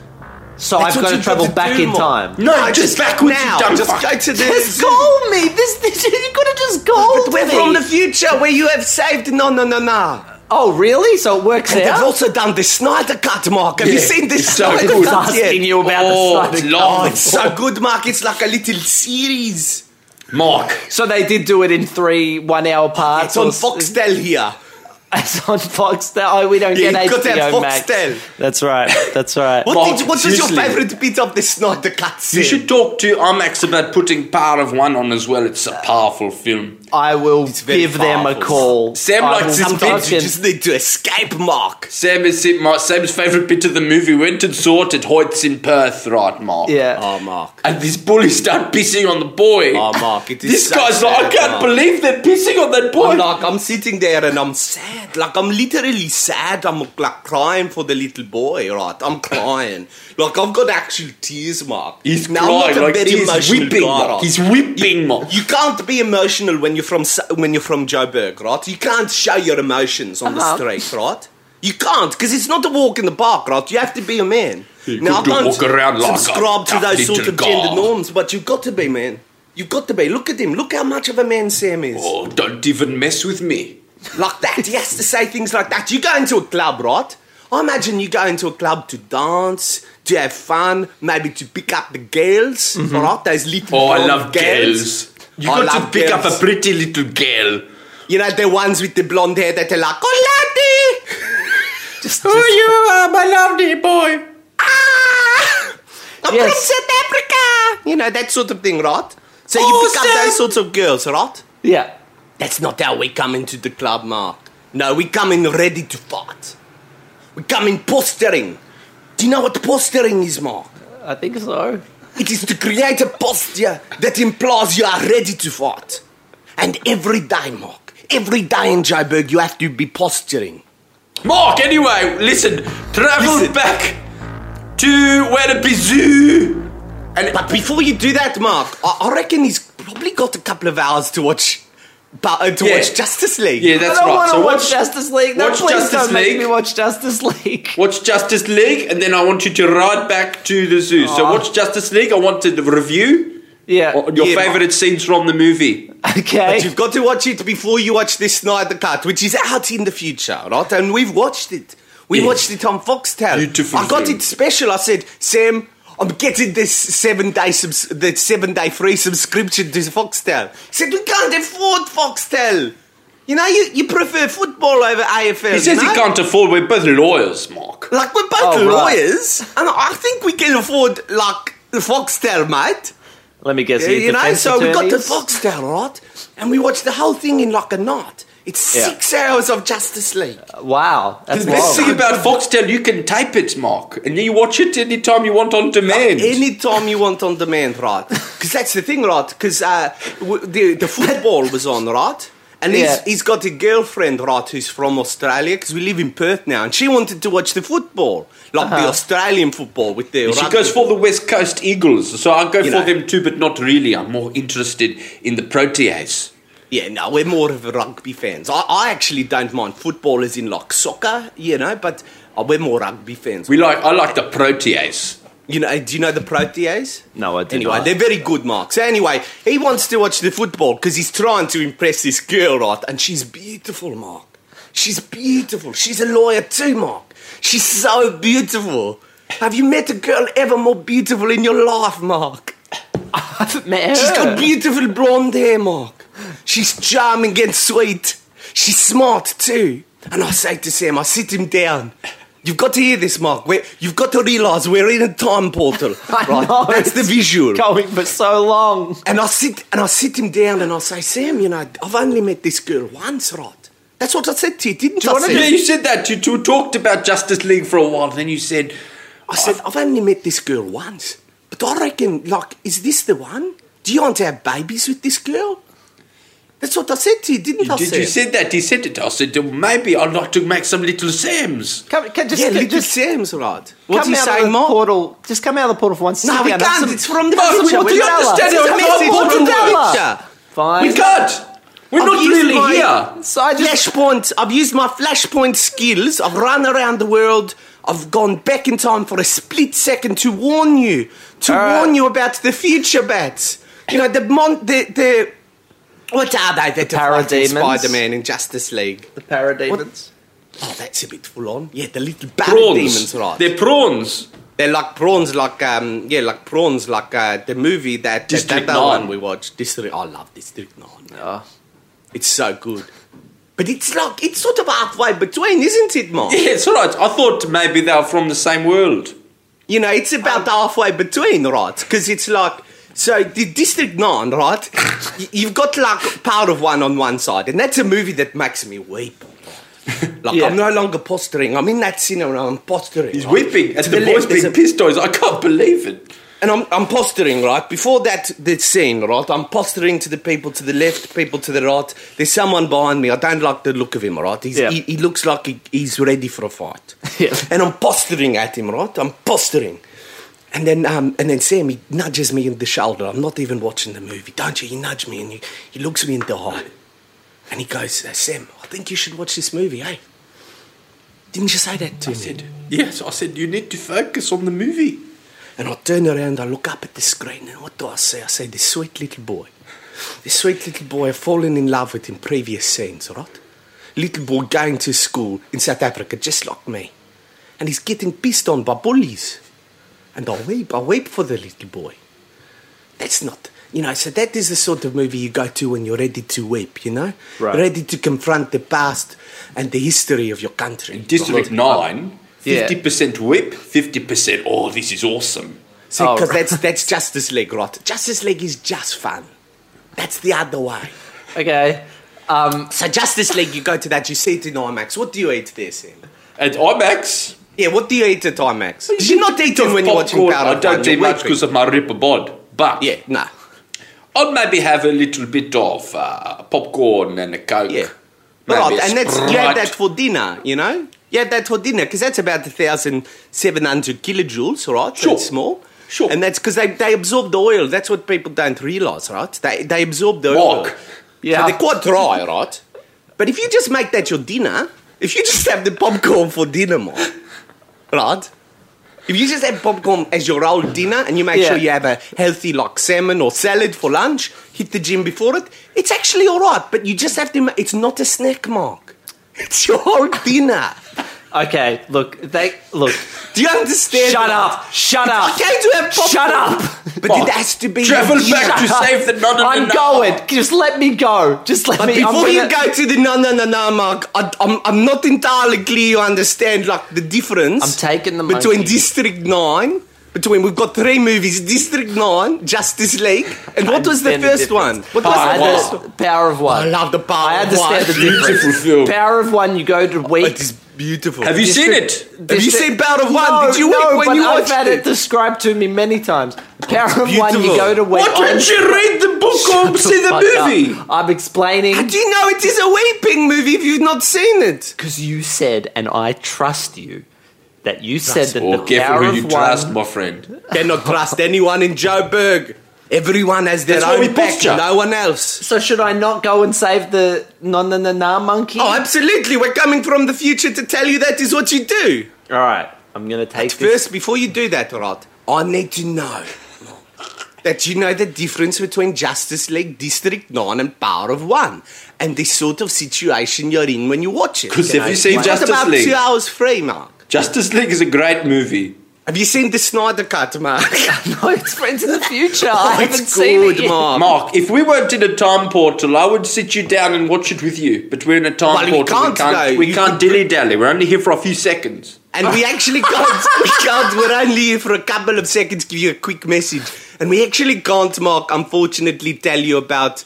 [SPEAKER 3] So I've
[SPEAKER 5] That's what
[SPEAKER 3] got to
[SPEAKER 5] you've
[SPEAKER 3] travel
[SPEAKER 5] do,
[SPEAKER 3] back in
[SPEAKER 5] Mom.
[SPEAKER 3] time.
[SPEAKER 5] No, just backwards, you
[SPEAKER 3] now.
[SPEAKER 5] dumb
[SPEAKER 3] Just
[SPEAKER 5] fuck.
[SPEAKER 4] go to the-
[SPEAKER 3] Just call me. This, this you could have just called
[SPEAKER 4] But we're
[SPEAKER 3] me.
[SPEAKER 4] from the future where you have saved. No, no, no, no.
[SPEAKER 3] oh, really? So it works
[SPEAKER 4] And they've
[SPEAKER 3] out.
[SPEAKER 4] also done the Snyder Cut, Mark. Have you
[SPEAKER 5] Yeah,
[SPEAKER 4] seen this
[SPEAKER 5] it's so
[SPEAKER 4] Snyder
[SPEAKER 5] good.
[SPEAKER 3] I was
[SPEAKER 4] Cut yet?
[SPEAKER 3] asking you about
[SPEAKER 5] Oh,
[SPEAKER 3] the
[SPEAKER 5] it's
[SPEAKER 3] Snyder
[SPEAKER 5] long.
[SPEAKER 4] Oh,
[SPEAKER 3] Cut.
[SPEAKER 4] it's so good, Mark. It's like a little series.
[SPEAKER 5] Mark.
[SPEAKER 3] So they did do it in three one-hour parts.
[SPEAKER 4] It's on
[SPEAKER 3] or s-
[SPEAKER 4] Foxtel here.
[SPEAKER 3] It's on Foxtel. Oh, we don't
[SPEAKER 4] Yeah,
[SPEAKER 3] get
[SPEAKER 4] you got to have
[SPEAKER 3] HBO Max.
[SPEAKER 4] Foxtel.
[SPEAKER 3] That's right. That's right.
[SPEAKER 4] What,
[SPEAKER 5] Mark,
[SPEAKER 4] did, what was your
[SPEAKER 5] seriously.
[SPEAKER 4] favourite bit of the Snyder Cut?
[SPEAKER 5] You
[SPEAKER 4] Sid?
[SPEAKER 5] should talk to IMAX about putting Power of One on as well. It's a powerful film.
[SPEAKER 3] I will
[SPEAKER 4] very
[SPEAKER 3] give them a
[SPEAKER 4] powerful.
[SPEAKER 3] call.
[SPEAKER 5] Sam
[SPEAKER 3] I
[SPEAKER 5] likes
[SPEAKER 3] will talk
[SPEAKER 5] his bitch.
[SPEAKER 3] to them.
[SPEAKER 4] You just need to escape, Mark.
[SPEAKER 5] Sam is my Sam's favourite bit of the movie. Went and saw it at Hoyt's in Perth, right, Mark?
[SPEAKER 3] Yeah.
[SPEAKER 4] Oh, Mark.
[SPEAKER 5] And this bully start pissing on the boy.
[SPEAKER 4] Oh, Mark, it is
[SPEAKER 5] this
[SPEAKER 4] so
[SPEAKER 5] guy's like, I
[SPEAKER 4] sad,
[SPEAKER 5] can't
[SPEAKER 4] Mark.
[SPEAKER 5] believe they're pissing on that boy.
[SPEAKER 4] I'm like, I'm sitting there and I'm sad. Like, I'm literally sad. I'm like crying for the little boy, right? I'm crying. Like, I've got actual tears, Mark.
[SPEAKER 5] he's
[SPEAKER 4] Now, I'm
[SPEAKER 5] crying,
[SPEAKER 4] not a
[SPEAKER 5] like
[SPEAKER 4] very
[SPEAKER 5] he's
[SPEAKER 4] emotional
[SPEAKER 5] whipping,
[SPEAKER 4] guy,
[SPEAKER 5] Mark.
[SPEAKER 4] right?
[SPEAKER 5] He's whipping, Mark.
[SPEAKER 4] You can't be emotional when you're from Sa- when you're from Joburg, right? You can't show your emotions on
[SPEAKER 3] Uh-huh.
[SPEAKER 4] the street, right? You can't because it's not a walk in the park, right? You have to be a man.
[SPEAKER 5] You couldn't walk around like a
[SPEAKER 4] subscribe to
[SPEAKER 5] tough
[SPEAKER 4] those sort
[SPEAKER 5] little
[SPEAKER 4] of gender
[SPEAKER 5] guy.
[SPEAKER 4] norms, but you've got to be, man. You've got to be. Look at him. Look how much of a man Sam is.
[SPEAKER 5] Oh, don't even mess with me.
[SPEAKER 4] Like that. He has to say things like that. You go into a club, right? I imagine you go into a club to dance, to have fun, maybe to pick up the girls, right? Those little
[SPEAKER 5] Mm-hmm. Oh, I
[SPEAKER 4] blonde
[SPEAKER 5] love girls. You
[SPEAKER 4] I
[SPEAKER 5] got
[SPEAKER 4] love
[SPEAKER 5] to pick
[SPEAKER 4] girls.
[SPEAKER 5] up a pretty little girl.
[SPEAKER 4] You know the ones with the blonde hair that are like, "Oh, lady,
[SPEAKER 5] Who you are, my lovely boy?
[SPEAKER 4] ah, I'm
[SPEAKER 3] Yes.
[SPEAKER 4] from South Africa." You know that sort of thing, right? So you
[SPEAKER 5] Oh,
[SPEAKER 4] pick
[SPEAKER 5] Sam.
[SPEAKER 4] up those sorts of girls, right?
[SPEAKER 3] yeah.
[SPEAKER 4] That's not how we come into the club, Mark. No, we come in ready to fight. We come in postering. Do you know what postering is, Mark?
[SPEAKER 3] I think so.
[SPEAKER 4] It is to create a posture that implies you are ready to fight. And every day, Mark, every day in Joburg, you have to be posturing.
[SPEAKER 5] Mark, anyway, listen, travel
[SPEAKER 4] Listen.
[SPEAKER 5] back to Werribee Zoo.
[SPEAKER 4] And but before you do that, Mark, I, I reckon he's probably got a couple of hours to watch, but, uh, to
[SPEAKER 5] Yeah.
[SPEAKER 4] watch Justice League.
[SPEAKER 5] Yeah, that's
[SPEAKER 3] I don't
[SPEAKER 5] right.
[SPEAKER 3] want to
[SPEAKER 5] So
[SPEAKER 3] watch
[SPEAKER 5] watch,
[SPEAKER 3] Justice League. No,
[SPEAKER 5] watch
[SPEAKER 3] please
[SPEAKER 5] Justice
[SPEAKER 3] don't
[SPEAKER 5] League.
[SPEAKER 3] make me watch Justice League.
[SPEAKER 5] watch Justice League, and then I want you to ride back to the zoo. So watch Justice League. I want to review
[SPEAKER 3] Yeah.
[SPEAKER 5] o- your
[SPEAKER 4] Ah. Yeah, Mark.
[SPEAKER 5] favorite scenes from the movie.
[SPEAKER 3] Okay.
[SPEAKER 4] But you've got to watch it before you watch this Snyder Cut, which is out in the future, right? And we've watched it. We
[SPEAKER 5] Yes.
[SPEAKER 4] watched it on Foxtel.
[SPEAKER 5] Beautiful
[SPEAKER 4] I got
[SPEAKER 5] film.
[SPEAKER 4] it special. I said, Sam, I'm getting this seven day subs- the seven day free subscription to Foxtel. He said, we can't afford Foxtel. You know, you, you prefer football over AFL.
[SPEAKER 5] He says
[SPEAKER 4] no?
[SPEAKER 5] he can't afford. We're both lawyers, Mark.
[SPEAKER 4] Like we're both
[SPEAKER 3] Oh, right.
[SPEAKER 4] lawyers, and I think we can afford like the Foxtel, mate.
[SPEAKER 3] Let me guess.
[SPEAKER 4] Uh,
[SPEAKER 3] you're
[SPEAKER 4] you know,
[SPEAKER 3] defense
[SPEAKER 4] so we got the
[SPEAKER 3] attorneys?
[SPEAKER 4] Foxtel, right? And we watched the whole thing in like a night. It's
[SPEAKER 3] Yeah. Oh,
[SPEAKER 4] six hours of Justice League.
[SPEAKER 3] Wow. That's
[SPEAKER 5] The best
[SPEAKER 3] long.
[SPEAKER 5] thing about Foxtel, you can tape it, Mark, and you watch it anytime you want on demand.
[SPEAKER 4] Anytime you want on demand, right? Because that's the thing, right? Because uh, w- the, the football was on, right? And
[SPEAKER 3] Yeah.
[SPEAKER 4] he's, he's got a girlfriend, right, who's from Australia, because we live in Perth now, and she wanted to watch the football, like
[SPEAKER 3] Uh-huh.
[SPEAKER 4] the Australian football with the.
[SPEAKER 5] She
[SPEAKER 4] rugby.
[SPEAKER 5] goes for the West Coast Eagles, so I go for
[SPEAKER 4] know.
[SPEAKER 5] them too, but not really. I'm more interested in the Proteas.
[SPEAKER 4] Yeah, no, we're more of rugby fans. I, I actually don't mind football as in like soccer, you know, but uh, we're more rugby fans.
[SPEAKER 5] We like I like the Proteas.
[SPEAKER 4] You know, do you know the Proteas?
[SPEAKER 3] No, I do
[SPEAKER 4] Anyway,
[SPEAKER 3] not.
[SPEAKER 4] they're very good marks. Anyway, he wants to watch the football because he's trying to impress this girl, right? And she's beautiful, Mark. She's beautiful. She's a lawyer too, Mark. She's so beautiful. Have you met a girl ever more beautiful in your life, Mark?
[SPEAKER 3] Man.
[SPEAKER 4] She's got beautiful blonde hair, Mark. She's charming and sweet. She's smart too. And I say to Sam, I sit him down. You've got to hear this, Mark. We're, you've got to realise we're in a time portal.
[SPEAKER 3] I
[SPEAKER 4] right?
[SPEAKER 3] know,
[SPEAKER 4] That's the
[SPEAKER 3] it's
[SPEAKER 4] visual.
[SPEAKER 3] going for so long.
[SPEAKER 4] And I sit and I sit him down and I say, Sam, you know, I've only met this girl once, right? That's what I said to you, didn't I? Sam?
[SPEAKER 5] Yeah, you said that. You two talked about Justice League for a while, then you said,
[SPEAKER 4] I said, I've only met this girl once. But I reckon, like, is this the one? Do you want to have babies with this girl? That's what I said to you, didn't I,
[SPEAKER 5] "Did
[SPEAKER 4] Sam?
[SPEAKER 5] you said that?" He said it. I said, "Well, "Maybe I'd like to make some little Sams."
[SPEAKER 3] Come, can, just,
[SPEAKER 4] yeah,
[SPEAKER 3] can-
[SPEAKER 4] little
[SPEAKER 3] just
[SPEAKER 4] Sam's right.
[SPEAKER 3] come
[SPEAKER 4] What are you
[SPEAKER 3] out
[SPEAKER 4] saying,
[SPEAKER 3] of the
[SPEAKER 4] Mark?
[SPEAKER 3] portal. Just come out of the portal for once.
[SPEAKER 4] No, we can't. It's from the
[SPEAKER 5] Mark,
[SPEAKER 4] future.
[SPEAKER 5] what do
[SPEAKER 4] We're
[SPEAKER 5] you
[SPEAKER 4] not-
[SPEAKER 5] understand?
[SPEAKER 4] It's
[SPEAKER 5] It's
[SPEAKER 4] a
[SPEAKER 5] not
[SPEAKER 4] message from the
[SPEAKER 5] Portobello.
[SPEAKER 4] future.
[SPEAKER 3] Fine.
[SPEAKER 5] We can't. We're
[SPEAKER 4] I've
[SPEAKER 5] not
[SPEAKER 4] used
[SPEAKER 5] really
[SPEAKER 4] my
[SPEAKER 5] here.
[SPEAKER 4] So I just, flashpoint. I've used my flashpoint skills. I've run around the world. I've gone back in time for a split second to warn you, to warn you about the future bats. You know the mon- the the. What are they? They're the fucking
[SPEAKER 3] parademons?
[SPEAKER 4] Spider-Man in Justice League.
[SPEAKER 3] The parademons.
[SPEAKER 4] Oh, that's a bit full on. Yeah, the little bat
[SPEAKER 5] Prawns.
[SPEAKER 4] demons, right?
[SPEAKER 5] They're prawns.
[SPEAKER 4] They're like prawns, like um, yeah, like prawns, like uh, the movie that that,
[SPEAKER 5] District
[SPEAKER 4] that
[SPEAKER 5] Nine.
[SPEAKER 4] one we watched. District, I love District Nine. man. It's so good, but it's like it's sort of halfway between, isn't it, Mark?
[SPEAKER 5] Yeah, it's all right. I thought maybe they were from the same world.
[SPEAKER 4] You know, it's about halfway between, right? Because it's like so the District Nine, right? y- You've got like Power of One on one side, and that's a movie that makes me weep. right? Like I'm no longer posturing. I'm in that cinema. I'm posturing.
[SPEAKER 5] He's
[SPEAKER 4] right?
[SPEAKER 5] whipping at
[SPEAKER 4] To
[SPEAKER 5] the, boys
[SPEAKER 4] left, there's
[SPEAKER 5] being
[SPEAKER 4] a-
[SPEAKER 5] pissed toys. I can't believe it.
[SPEAKER 4] And I'm, I'm posturing, right? Before that, the scene, right? I'm posturing to the people to the left, people to the right. There's someone behind me. I don't like the look of him, right? He's,
[SPEAKER 3] Yeah.
[SPEAKER 4] he, he looks like he, he's ready for a fight.
[SPEAKER 3] Yeah.
[SPEAKER 4] And I'm posturing at him, right? I'm posturing. And then, um, and then Sam, he nudges me in the shoulder. I'm not even watching the movie. Don't you? He nudged me and he, he looks me in the eye. And he goes, uh, Sam, I think you should watch this movie, eh? Didn't you say that to me?
[SPEAKER 5] Yes, I said you need to focus on the movie.
[SPEAKER 4] And I turn around, I look up at the screen, and what do I say? I say, this sweet little boy. This sweet little boy I've fallen in love with in previous scenes, right? Little boy going to school in South Africa, just like me. And he's getting pissed on by bullies. And I weep, I weep for the little boy. That's not, you know, so that is the sort of movie you go to when you're ready to weep, you know?
[SPEAKER 3] Right.
[SPEAKER 4] Ready to confront the past and the history of your country.
[SPEAKER 5] District Nine.
[SPEAKER 3] Yeah.
[SPEAKER 5] Fifty percent whip, fifty percent. Oh, this is awesome.
[SPEAKER 4] See,
[SPEAKER 3] Oh,
[SPEAKER 4] because
[SPEAKER 3] right.
[SPEAKER 4] that's that's Justice League, right? Justice League is just fun. That's the other way.
[SPEAKER 3] Okay. Um,
[SPEAKER 4] So Justice League, you go to that, you see it in IMAX. What do you eat there, Sam?
[SPEAKER 5] At IMAX,
[SPEAKER 4] Yeah, what do you eat at IMAX? Did you not eat
[SPEAKER 5] Of
[SPEAKER 4] on when you're watching
[SPEAKER 5] popcorn,
[SPEAKER 4] Power
[SPEAKER 5] I don't
[SPEAKER 4] do
[SPEAKER 5] do much because of my ripper bod, but
[SPEAKER 4] Yeah, nah.
[SPEAKER 5] I'd maybe have a little bit of uh, popcorn and a coke.
[SPEAKER 4] Yeah.
[SPEAKER 5] Maybe
[SPEAKER 4] Right,
[SPEAKER 5] a
[SPEAKER 4] and that's you
[SPEAKER 5] Sprite.
[SPEAKER 4] had that for dinner, you know? You had that for dinner because that's about thousand seven hundred kilojoules, right?
[SPEAKER 5] Sure.
[SPEAKER 4] That's small.
[SPEAKER 5] Sure.
[SPEAKER 4] And that's because they, they absorb the oil. That's what people don't realize, right? They, they absorb the oil.
[SPEAKER 5] Mark.
[SPEAKER 3] Yeah.
[SPEAKER 4] So they're quite dry, right? But if you just make that your dinner, if you just have the popcorn for dinner, Mark, right? If you just have popcorn as your whole dinner and you make
[SPEAKER 3] Yeah.
[SPEAKER 4] sure you have a healthy like salmon or salad for lunch, hit the gym before it, it's actually all right. But you just have to. Ma- it's not a snack, Mark. It's your whole dinner.
[SPEAKER 3] okay. Look, they look.
[SPEAKER 4] Do you understand?
[SPEAKER 3] Shut
[SPEAKER 4] Mark?
[SPEAKER 3] up! Shut
[SPEAKER 4] It's
[SPEAKER 3] up!
[SPEAKER 4] okay to have popcorn.
[SPEAKER 3] Shut up!
[SPEAKER 4] But it has to be. your
[SPEAKER 5] Travel
[SPEAKER 4] dinner.
[SPEAKER 5] back to save the non
[SPEAKER 3] I'm going. Just let me go. Just let
[SPEAKER 4] But
[SPEAKER 3] me. I'm
[SPEAKER 4] before you
[SPEAKER 3] gonna-
[SPEAKER 4] go to the no, no, no, no, Mark, I, I'm, I'm not entirely clear you understand like the difference.
[SPEAKER 3] I'm taking the
[SPEAKER 4] between
[SPEAKER 3] monkey.
[SPEAKER 4] District Nine. Between we've got three movies: District Nine, Justice League, and what was the
[SPEAKER 3] Understand the
[SPEAKER 4] first one?
[SPEAKER 3] difference.
[SPEAKER 4] What was
[SPEAKER 3] I
[SPEAKER 4] the
[SPEAKER 5] Power.
[SPEAKER 4] first?
[SPEAKER 3] had the power of one.
[SPEAKER 4] I love the power.
[SPEAKER 3] I understand
[SPEAKER 4] of
[SPEAKER 3] the
[SPEAKER 4] one.
[SPEAKER 5] Beautiful
[SPEAKER 3] difference.
[SPEAKER 5] film.
[SPEAKER 3] Power of one. You go to
[SPEAKER 4] It
[SPEAKER 3] weak.
[SPEAKER 4] is beautiful.
[SPEAKER 5] Have you seen it?
[SPEAKER 3] District-
[SPEAKER 4] Have you
[SPEAKER 3] district-
[SPEAKER 4] seen Power of One?
[SPEAKER 3] No,
[SPEAKER 4] Did you
[SPEAKER 3] no,
[SPEAKER 4] weep when
[SPEAKER 3] but
[SPEAKER 4] you
[SPEAKER 3] I've
[SPEAKER 4] watched
[SPEAKER 3] had it?
[SPEAKER 4] it?
[SPEAKER 3] described to me many times. Power of one, you
[SPEAKER 4] beautiful.
[SPEAKER 3] go to weak.
[SPEAKER 5] Why
[SPEAKER 3] I'm-
[SPEAKER 5] don't you read the book or see the
[SPEAKER 3] Shut up.
[SPEAKER 5] movie?
[SPEAKER 3] I'm
[SPEAKER 4] How
[SPEAKER 3] explaining
[SPEAKER 4] do you know it is a weeping movie if you've not seen it?
[SPEAKER 3] because you said, and I trust you, that you said that
[SPEAKER 5] Oh,
[SPEAKER 3] the
[SPEAKER 5] careful
[SPEAKER 3] power
[SPEAKER 5] who
[SPEAKER 3] of
[SPEAKER 5] you
[SPEAKER 3] one.
[SPEAKER 5] trust, my friend.
[SPEAKER 4] Cannot trust anyone in Joburg. Everyone has their
[SPEAKER 5] That's why
[SPEAKER 4] own
[SPEAKER 5] we
[SPEAKER 4] back,
[SPEAKER 5] posture.
[SPEAKER 4] no one else.
[SPEAKER 3] So should I not go and save the na na na na monkey?
[SPEAKER 4] Oh, absolutely. We're coming from the future to tell you that is what you do.
[SPEAKER 3] All right, I'm gonna take this.
[SPEAKER 4] First, before you do that, Rod, I need to know that you know the difference between Justice League District 9 and Power of 1 and the sort of situation you're in when you watch it.
[SPEAKER 5] 'Cause
[SPEAKER 4] You
[SPEAKER 5] have
[SPEAKER 4] know,
[SPEAKER 5] you seen
[SPEAKER 4] it's
[SPEAKER 5] Justice
[SPEAKER 4] about
[SPEAKER 5] League?
[SPEAKER 4] two hours free, Mark.
[SPEAKER 5] Justice League is a great movie.
[SPEAKER 4] Have you seen the Snyder Cut, Mark?
[SPEAKER 3] no, it's friends in the future. I
[SPEAKER 4] Oh,
[SPEAKER 3] haven't
[SPEAKER 4] it's
[SPEAKER 3] seen
[SPEAKER 4] good,
[SPEAKER 3] it yet.
[SPEAKER 4] Mark.
[SPEAKER 5] Mark, if we weren't in a time portal, I would sit you down and watch it with you. But we're in a
[SPEAKER 4] Well,
[SPEAKER 5] time
[SPEAKER 4] we
[SPEAKER 5] portal.
[SPEAKER 4] can't, though.
[SPEAKER 5] we
[SPEAKER 4] You
[SPEAKER 5] can't
[SPEAKER 4] could-
[SPEAKER 5] dilly dally. We're only here for a few seconds.
[SPEAKER 4] And we actually can't, we can't, we're only here for a couple of seconds, give you a quick message. And we actually can't, Mark, unfortunately, tell you about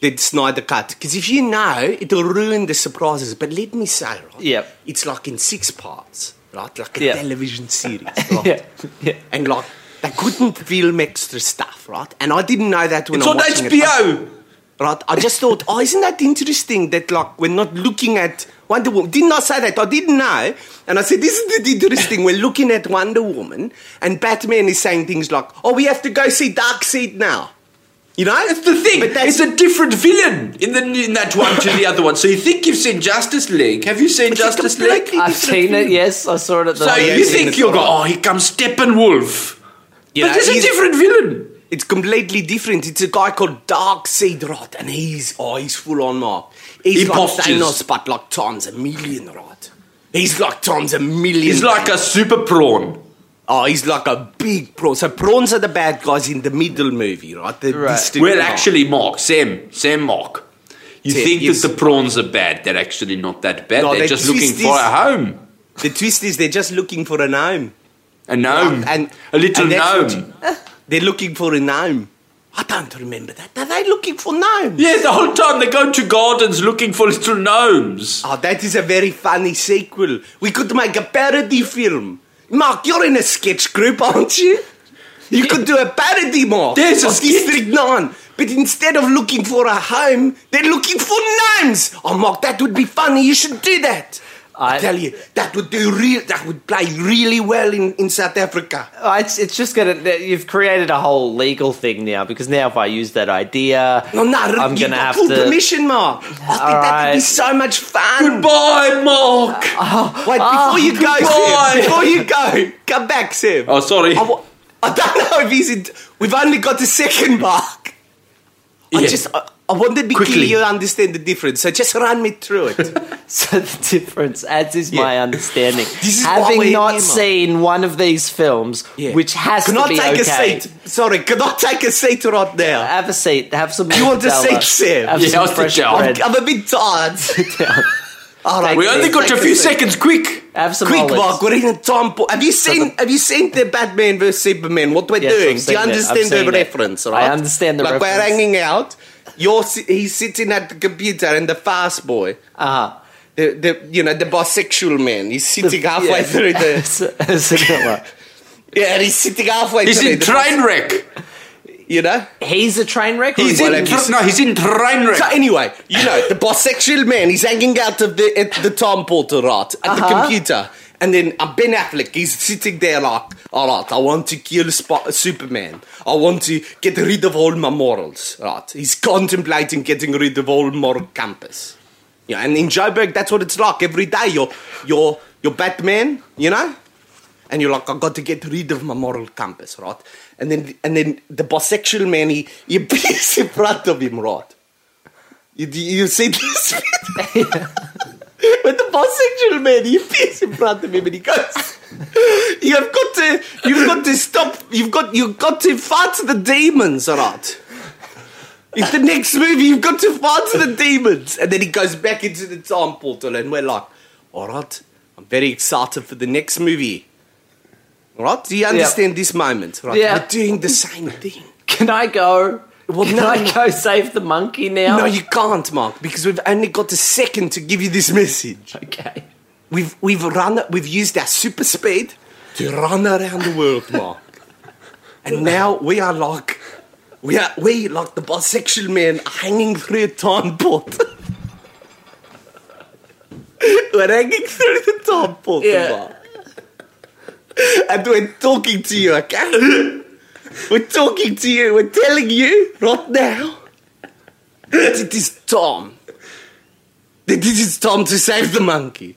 [SPEAKER 4] the Snyder Cut. Because if you know, it'll ruin the surprises. But let me say, right?
[SPEAKER 3] Yep.
[SPEAKER 4] It's like in six parts, right? Like a
[SPEAKER 3] Yeah.
[SPEAKER 4] television series, right?
[SPEAKER 3] Yeah, yeah.
[SPEAKER 4] And like, they couldn't film extra stuff, right? And I didn't know that when
[SPEAKER 5] It's
[SPEAKER 4] I
[SPEAKER 5] on
[SPEAKER 4] was watching it. I-
[SPEAKER 5] HBO.
[SPEAKER 4] Right? I just thought, oh, isn't that interesting that, like, we're not looking at Wonder Woman? Didn't I say that? I didn't know. And I said, isn't it interesting? We're looking at Wonder Woman, and Batman is saying things like, oh, we have to go see Darkseid now.
[SPEAKER 5] You know, it's the thing.
[SPEAKER 3] But that's-
[SPEAKER 5] it's a different villain in the in that one to the other one. So you think you've seen Justice League? Have you seen
[SPEAKER 3] It's a
[SPEAKER 5] Justice League?
[SPEAKER 3] completely I've seen it. Yes, I saw it at the.
[SPEAKER 5] So
[SPEAKER 4] yeah,
[SPEAKER 5] you
[SPEAKER 4] it's in
[SPEAKER 5] think
[SPEAKER 4] the
[SPEAKER 5] you'll go?
[SPEAKER 4] photo.
[SPEAKER 5] Oh, here comes Steppenwolf.
[SPEAKER 4] You
[SPEAKER 5] but
[SPEAKER 4] know,
[SPEAKER 5] there's a
[SPEAKER 4] he's-
[SPEAKER 5] different villain.
[SPEAKER 4] It's completely different. It's a guy called Dark Seed Rot, and he's oh, he's full on mob. He's
[SPEAKER 5] He
[SPEAKER 4] like
[SPEAKER 5] postures.
[SPEAKER 4] Thanos, but like times a million, right? He's like times a million.
[SPEAKER 5] He's like a super prawn.
[SPEAKER 4] oh, he's like a big prawn. So prawns are the bad guys in the middle movie, right? The
[SPEAKER 1] Right.
[SPEAKER 4] distant
[SPEAKER 5] Well,
[SPEAKER 4] one.
[SPEAKER 5] actually, Mark, Sam, Sam, Mark. You
[SPEAKER 4] Sam,
[SPEAKER 5] think
[SPEAKER 4] yes.
[SPEAKER 5] that the prawns are bad? They're actually not that bad.
[SPEAKER 4] No,
[SPEAKER 5] they're
[SPEAKER 4] they
[SPEAKER 5] just
[SPEAKER 4] twist
[SPEAKER 5] looking
[SPEAKER 4] this-
[SPEAKER 5] for a home,
[SPEAKER 4] the twist is they're just looking for a gnome.
[SPEAKER 5] a gnome,
[SPEAKER 4] and-
[SPEAKER 5] a little
[SPEAKER 4] and that's
[SPEAKER 5] gnome.
[SPEAKER 4] They're looking for a gnome. I don't remember that. Are they looking for gnomes?
[SPEAKER 5] Yeah, the whole time they go to gardens looking for little gnomes.
[SPEAKER 4] Oh, that is a very funny sequel. We could make a parody film. Mark, you're in a sketch group, aren't you? You could do a parody, Mark.
[SPEAKER 5] There's a
[SPEAKER 4] of
[SPEAKER 5] skit.
[SPEAKER 4] District 9. But instead of looking for a home, they're looking for names. Oh, Mark, that would be funny. You should do that. I,
[SPEAKER 3] I-
[SPEAKER 4] tell you, that would do real. That would play really well in, in South Africa.
[SPEAKER 3] Oh, it's, it's just gonna. You've created a whole legal thing now because now if I use that idea,
[SPEAKER 4] No, no,
[SPEAKER 3] I'm
[SPEAKER 4] you
[SPEAKER 3] gonna
[SPEAKER 4] got
[SPEAKER 3] have
[SPEAKER 4] full
[SPEAKER 3] to.
[SPEAKER 4] permission, Mark. I think that would be
[SPEAKER 3] right.
[SPEAKER 4] so much fun.
[SPEAKER 5] Goodbye, Mark.
[SPEAKER 4] Wait, before you go,
[SPEAKER 5] goodbye.
[SPEAKER 4] Sam, before you go, come back, Sam.
[SPEAKER 5] Oh, sorry.
[SPEAKER 4] I, wa- I don't know if he's in. We've only got the second mark. I
[SPEAKER 5] Yeah.
[SPEAKER 4] just. I, I want to be clear
[SPEAKER 5] Quickly.
[SPEAKER 4] you understand the difference. So just run me through it.
[SPEAKER 3] So the difference, as is my understanding,
[SPEAKER 4] This is what
[SPEAKER 3] having
[SPEAKER 4] we're
[SPEAKER 3] not
[SPEAKER 4] here, Mark.
[SPEAKER 3] seen one of these films,
[SPEAKER 4] Yeah.
[SPEAKER 3] which has to
[SPEAKER 4] cannot
[SPEAKER 3] be
[SPEAKER 4] take
[SPEAKER 3] okay.
[SPEAKER 4] a seat. Sorry, cannot take a seat right now.
[SPEAKER 3] Have a seat. Have some.
[SPEAKER 4] You want a
[SPEAKER 3] mortadella,
[SPEAKER 4] seat, Sam?
[SPEAKER 3] Have
[SPEAKER 5] Yeah,
[SPEAKER 3] some
[SPEAKER 5] I'll sit
[SPEAKER 3] fresh
[SPEAKER 5] down.
[SPEAKER 3] bread.
[SPEAKER 4] I'm a bit tired. All right,
[SPEAKER 5] we
[SPEAKER 4] Sam,
[SPEAKER 5] only got
[SPEAKER 4] take
[SPEAKER 5] a few
[SPEAKER 4] seat.
[SPEAKER 5] seconds. Quick.
[SPEAKER 3] Have some
[SPEAKER 4] Quick,
[SPEAKER 3] olives.
[SPEAKER 4] Mark, we're in a time. po- Have you seen? have you seen the Batman vs Superman? What we're
[SPEAKER 3] Yes, I've
[SPEAKER 4] doing? Do
[SPEAKER 3] seen
[SPEAKER 4] you
[SPEAKER 3] it. I've
[SPEAKER 4] understand
[SPEAKER 3] seen
[SPEAKER 4] the
[SPEAKER 3] it.
[SPEAKER 4] reference?
[SPEAKER 3] I
[SPEAKER 4] Right?
[SPEAKER 3] understand the
[SPEAKER 4] like we're
[SPEAKER 3] reference.
[SPEAKER 4] hanging out. You're si- he's sitting at the computer, and the fast boy,
[SPEAKER 3] Uh-huh.
[SPEAKER 4] the, the you know the bisexual man, he's sitting halfway
[SPEAKER 3] yeah.
[SPEAKER 4] through the
[SPEAKER 3] Signaler.
[SPEAKER 4] yeah, and he's sitting halfway.
[SPEAKER 5] He's
[SPEAKER 4] through
[SPEAKER 5] in
[SPEAKER 4] the
[SPEAKER 5] train wreck.
[SPEAKER 4] you know.
[SPEAKER 3] He's a train wreck. or
[SPEAKER 5] He's
[SPEAKER 4] Well,
[SPEAKER 5] in.
[SPEAKER 4] have you
[SPEAKER 5] Tra- no, he's in train wreck.
[SPEAKER 4] So anyway, you know the bisexual man, he's hanging out of the at the Tom Porter right at the computer. And then uh, Ben Affleck, he's sitting there like, all right, I want to kill Sp- Superman. I want to get rid of all my morals. Right? He's contemplating getting rid of all moral compass. Yeah, and in Joburg, that's what it's like every day. You're, you're, you're Batman, you know? And you're like, I got to get rid of my moral compass, right? And then, and then the bisexual man, he, he appears in front of him, right? You, you see this? when the bisexual man he appears in front of him and he goes, "You have got to, you've got to stop. You've got, you've got to fight the demons, Arat. It's the next movie. You've got to fight the demons." And then he goes back into the time portal, and we're like, "Arat, I'm very excited for the next movie." Right? Do you understand this moment? Right?
[SPEAKER 3] Yeah.
[SPEAKER 4] We're doing the same thing.
[SPEAKER 3] Can I go?
[SPEAKER 4] Well,
[SPEAKER 3] Can
[SPEAKER 4] no.
[SPEAKER 3] I go save the monkey now?
[SPEAKER 4] No, you can't, Mark, because we've only got a second to give you this message.
[SPEAKER 3] Okay.
[SPEAKER 4] We've we've run we've used our super speed to run around the world, Mark. and now we are like we are we like the bisexual man hanging through a time port. we're hanging through the time port,
[SPEAKER 3] Yeah.
[SPEAKER 4] Mark. And we're talking to you, okay? We're talking to you, we're telling you right now that it is Tom. That it is Tom to save the monkey.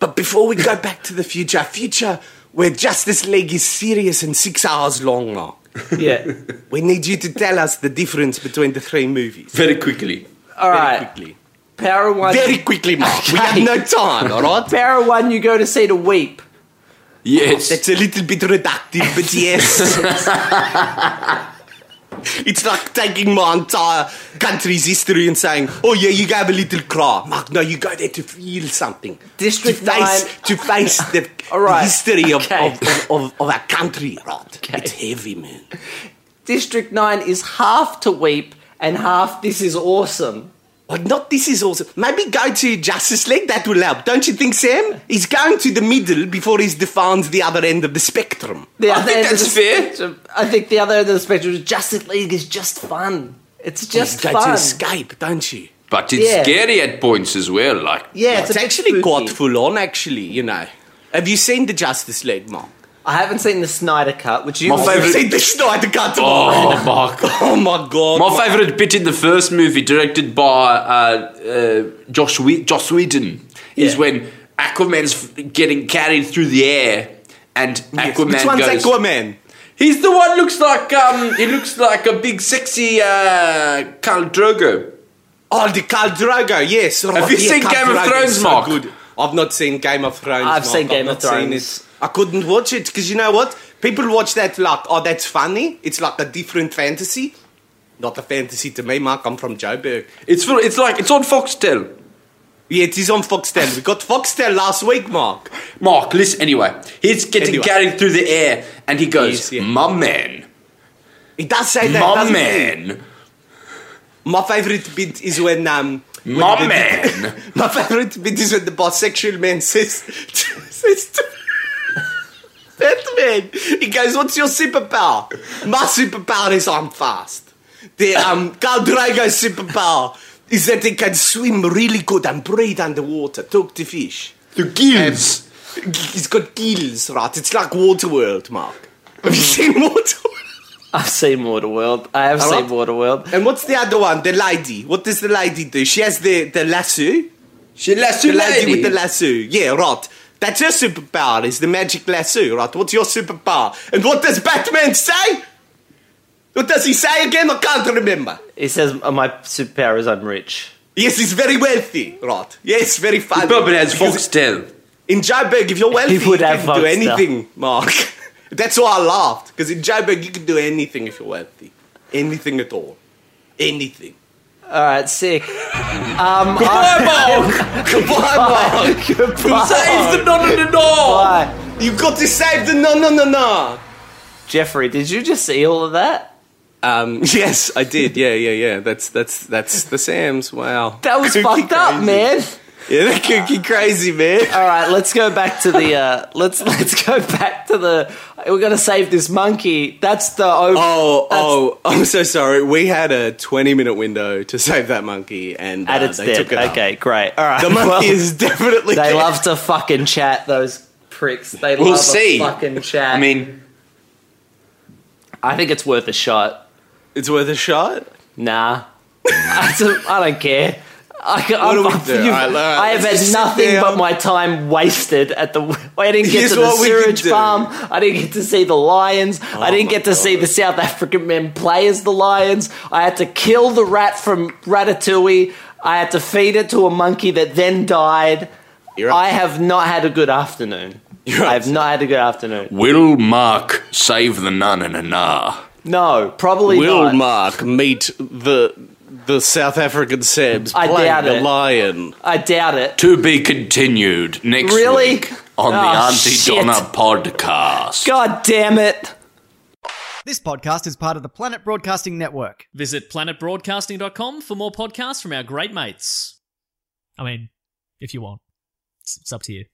[SPEAKER 4] But before we go back to the future, future where Justice League is serious and six hours long now,
[SPEAKER 3] Yeah.
[SPEAKER 4] we need you to tell us the difference between the three movies.
[SPEAKER 5] Very quickly.
[SPEAKER 3] All
[SPEAKER 4] Very
[SPEAKER 3] right.
[SPEAKER 4] quickly.
[SPEAKER 3] Power one.
[SPEAKER 4] Very quickly, Mark. We have
[SPEAKER 3] Okay.
[SPEAKER 4] no time, all right?
[SPEAKER 3] Power one. You go to see to weep.
[SPEAKER 5] Yes.
[SPEAKER 4] That's a little bit reductive, but yes. it's like taking my entire country's history and saying, oh yeah, you have a little cry. Mark, no, you go there to feel something.
[SPEAKER 3] District
[SPEAKER 4] to face,
[SPEAKER 3] nine-
[SPEAKER 4] to face the
[SPEAKER 3] All right.
[SPEAKER 4] history of,
[SPEAKER 3] Okay.
[SPEAKER 4] of, of, of, of our country, right?
[SPEAKER 3] Okay.
[SPEAKER 4] It's heavy, man.
[SPEAKER 3] District nine is half to weep and half this is awesome.
[SPEAKER 4] But not this is also maybe go to Justice League, that will help. Don't you think, Sam? He's going to the middle before he's defined the other end of the spectrum.
[SPEAKER 3] The
[SPEAKER 5] I think
[SPEAKER 3] end of
[SPEAKER 5] that's
[SPEAKER 3] the
[SPEAKER 5] fair.
[SPEAKER 3] spectrum- I think the other end of the spectrum is Justice League is just fun. It's just
[SPEAKER 4] you go to
[SPEAKER 3] fun.
[SPEAKER 4] escape, don't you?
[SPEAKER 5] But it's
[SPEAKER 3] Yeah.
[SPEAKER 5] scary at points as well. Like
[SPEAKER 3] yeah, it's,
[SPEAKER 4] it's,
[SPEAKER 3] a bit
[SPEAKER 4] actually
[SPEAKER 3] spooky.
[SPEAKER 4] quite full on, actually, you know. Have you seen the Justice League, Mark?
[SPEAKER 3] I haven't seen the Snyder Cut, which you
[SPEAKER 5] My favourite-
[SPEAKER 4] See the Snyder Cut.
[SPEAKER 5] Oh my god.
[SPEAKER 4] Oh my god!
[SPEAKER 5] My favourite bit in the first movie, directed by uh, uh, Josh, Whe- Josh Whedon, is
[SPEAKER 4] Yeah.
[SPEAKER 5] when Aquaman's f- getting carried through the air, and Aquaman
[SPEAKER 4] Which one's
[SPEAKER 5] goes.
[SPEAKER 4] Aquaman?
[SPEAKER 5] He's the one looks like um, he looks like a big sexy uh, Khal Drogo.
[SPEAKER 4] Oh, the Khal Drogo. Yes. Have
[SPEAKER 5] you seen Game of Thrones, Mark?
[SPEAKER 4] I've not seen Game of Thrones.
[SPEAKER 3] I've
[SPEAKER 4] Mark.
[SPEAKER 3] seen Game
[SPEAKER 4] not
[SPEAKER 3] of
[SPEAKER 4] seen
[SPEAKER 3] Thrones.
[SPEAKER 4] it. I couldn't watch it because you know what? People watch that like, oh, that's funny. It's like a different fantasy. Not a fantasy to me, Mark. I'm from Joburg.
[SPEAKER 5] It's full, it's like it's on Foxtel.
[SPEAKER 4] Yeah, it is on Foxtel. We got Foxtel last week, Mark.
[SPEAKER 5] Mark, listen. Anyway, he's getting
[SPEAKER 4] Anyway.
[SPEAKER 5] carried through the air, and he goes,
[SPEAKER 4] Yes, yeah.
[SPEAKER 5] "My man,
[SPEAKER 4] It does say that.
[SPEAKER 5] my
[SPEAKER 4] doesn't it?
[SPEAKER 5] man,
[SPEAKER 4] My favorite bit is when um. when
[SPEAKER 5] my
[SPEAKER 4] the-
[SPEAKER 5] man."
[SPEAKER 4] My favorite bit is when the bisexual man says, says to Batman, he goes, What's your superpower? My superpower is I'm fast. The um, Khal Drogo's superpower is that he can swim really good and breathe underwater, talk to fish.
[SPEAKER 5] The gills.
[SPEAKER 4] He's got gills, right? It's like Waterworld, Mark. Have you seen Waterworld?
[SPEAKER 3] I've seen Waterworld. I have
[SPEAKER 4] Alright.
[SPEAKER 3] seen Waterworld.
[SPEAKER 4] And what's the other one? The lady. What does the lady do? She has the, the lasso.
[SPEAKER 5] She lasso
[SPEAKER 4] the lady,
[SPEAKER 5] lady
[SPEAKER 4] with the lasso. Yeah, right. That's your superpower. Is the magic lasso, right? What's your superpower? And what does Batman say? What does he say again? I can't remember.
[SPEAKER 3] He says uh, my superpower is I'm rich.
[SPEAKER 4] Yes, he's very wealthy, right? Yes, very funny.
[SPEAKER 5] Probably has
[SPEAKER 4] Because
[SPEAKER 5] Foxtel.
[SPEAKER 4] In Joburg, if you're wealthy,
[SPEAKER 3] He would
[SPEAKER 4] you
[SPEAKER 3] have
[SPEAKER 4] can do
[SPEAKER 3] Foxtel.
[SPEAKER 4] anything, Mark. That's why I laughed because in Joburg you can do anything if you're wealthy, anything at all, anything.
[SPEAKER 3] All right, sick. Um,
[SPEAKER 5] Mark,
[SPEAKER 4] Goodbye, Mark.
[SPEAKER 5] saves the non in the door.
[SPEAKER 3] Bye.
[SPEAKER 4] You got to save the no, no, no, no.
[SPEAKER 3] Jeffrey, did you just see all of that?
[SPEAKER 4] Um, yes, I did. Yeah, yeah, yeah. That's that's that's the Sam's. Wow,
[SPEAKER 3] That was
[SPEAKER 4] Kooky
[SPEAKER 3] fucked up,
[SPEAKER 4] crazy.
[SPEAKER 3] man.
[SPEAKER 4] Yeah, that kooky crazy man.
[SPEAKER 3] All right, let's go back to the uh, let's let's go back to the we're gonna save this monkey. That's the over.
[SPEAKER 4] Oh,
[SPEAKER 3] that's-
[SPEAKER 4] oh, I'm so sorry. We had a 20 minute window to save that monkey, and, uh,
[SPEAKER 3] and it's
[SPEAKER 4] they
[SPEAKER 3] dead.
[SPEAKER 4] took it. up.
[SPEAKER 3] okay, great. All right,
[SPEAKER 4] the monkey
[SPEAKER 3] well,
[SPEAKER 4] is definitely.
[SPEAKER 3] They
[SPEAKER 4] dead.
[SPEAKER 3] love to fucking chat. Those pricks. They
[SPEAKER 5] We'll
[SPEAKER 3] love
[SPEAKER 5] see.
[SPEAKER 3] A fucking chat.
[SPEAKER 5] I mean,
[SPEAKER 3] I think it's worth a shot.
[SPEAKER 4] It's worth a shot.
[SPEAKER 3] Nah, I don't- I don't care. I, can, I'm,
[SPEAKER 4] do we
[SPEAKER 3] I'm-
[SPEAKER 4] do?
[SPEAKER 3] you've-
[SPEAKER 4] Alright, alright,
[SPEAKER 3] I have
[SPEAKER 4] let's
[SPEAKER 3] had
[SPEAKER 4] just sit
[SPEAKER 3] nothing
[SPEAKER 4] down.
[SPEAKER 3] but my time wasted at the. I didn't get
[SPEAKER 4] Here's
[SPEAKER 3] to the
[SPEAKER 4] what we can
[SPEAKER 3] sewage
[SPEAKER 4] do. Oh
[SPEAKER 3] farm. I didn't get to see the lions. I didn't
[SPEAKER 4] my
[SPEAKER 3] get to see the South African men play as the lions. I had to kill the rat from Ratatouille. I had to feed it to a monkey that then died.
[SPEAKER 4] You're up.
[SPEAKER 3] I have not had a good afternoon. I have not had a good afternoon.
[SPEAKER 5] will Mark save the nun in a nah?
[SPEAKER 3] No, probably
[SPEAKER 4] Will
[SPEAKER 3] not.
[SPEAKER 4] Mark meet the the South African Sebs
[SPEAKER 3] I
[SPEAKER 4] playing
[SPEAKER 3] doubt
[SPEAKER 4] the
[SPEAKER 3] it.
[SPEAKER 4] lion?
[SPEAKER 3] I doubt it.
[SPEAKER 5] To be continued next
[SPEAKER 3] Really?
[SPEAKER 5] week on the
[SPEAKER 3] Oh,
[SPEAKER 5] Auntie
[SPEAKER 3] shit.
[SPEAKER 5] Donna podcast.
[SPEAKER 3] God damn it.
[SPEAKER 1] This podcast is part of the Planet Broadcasting Network.
[SPEAKER 2] Visit planetbroadcasting.com for more podcasts from our great mates. I mean, if you want, it's, it's up to you.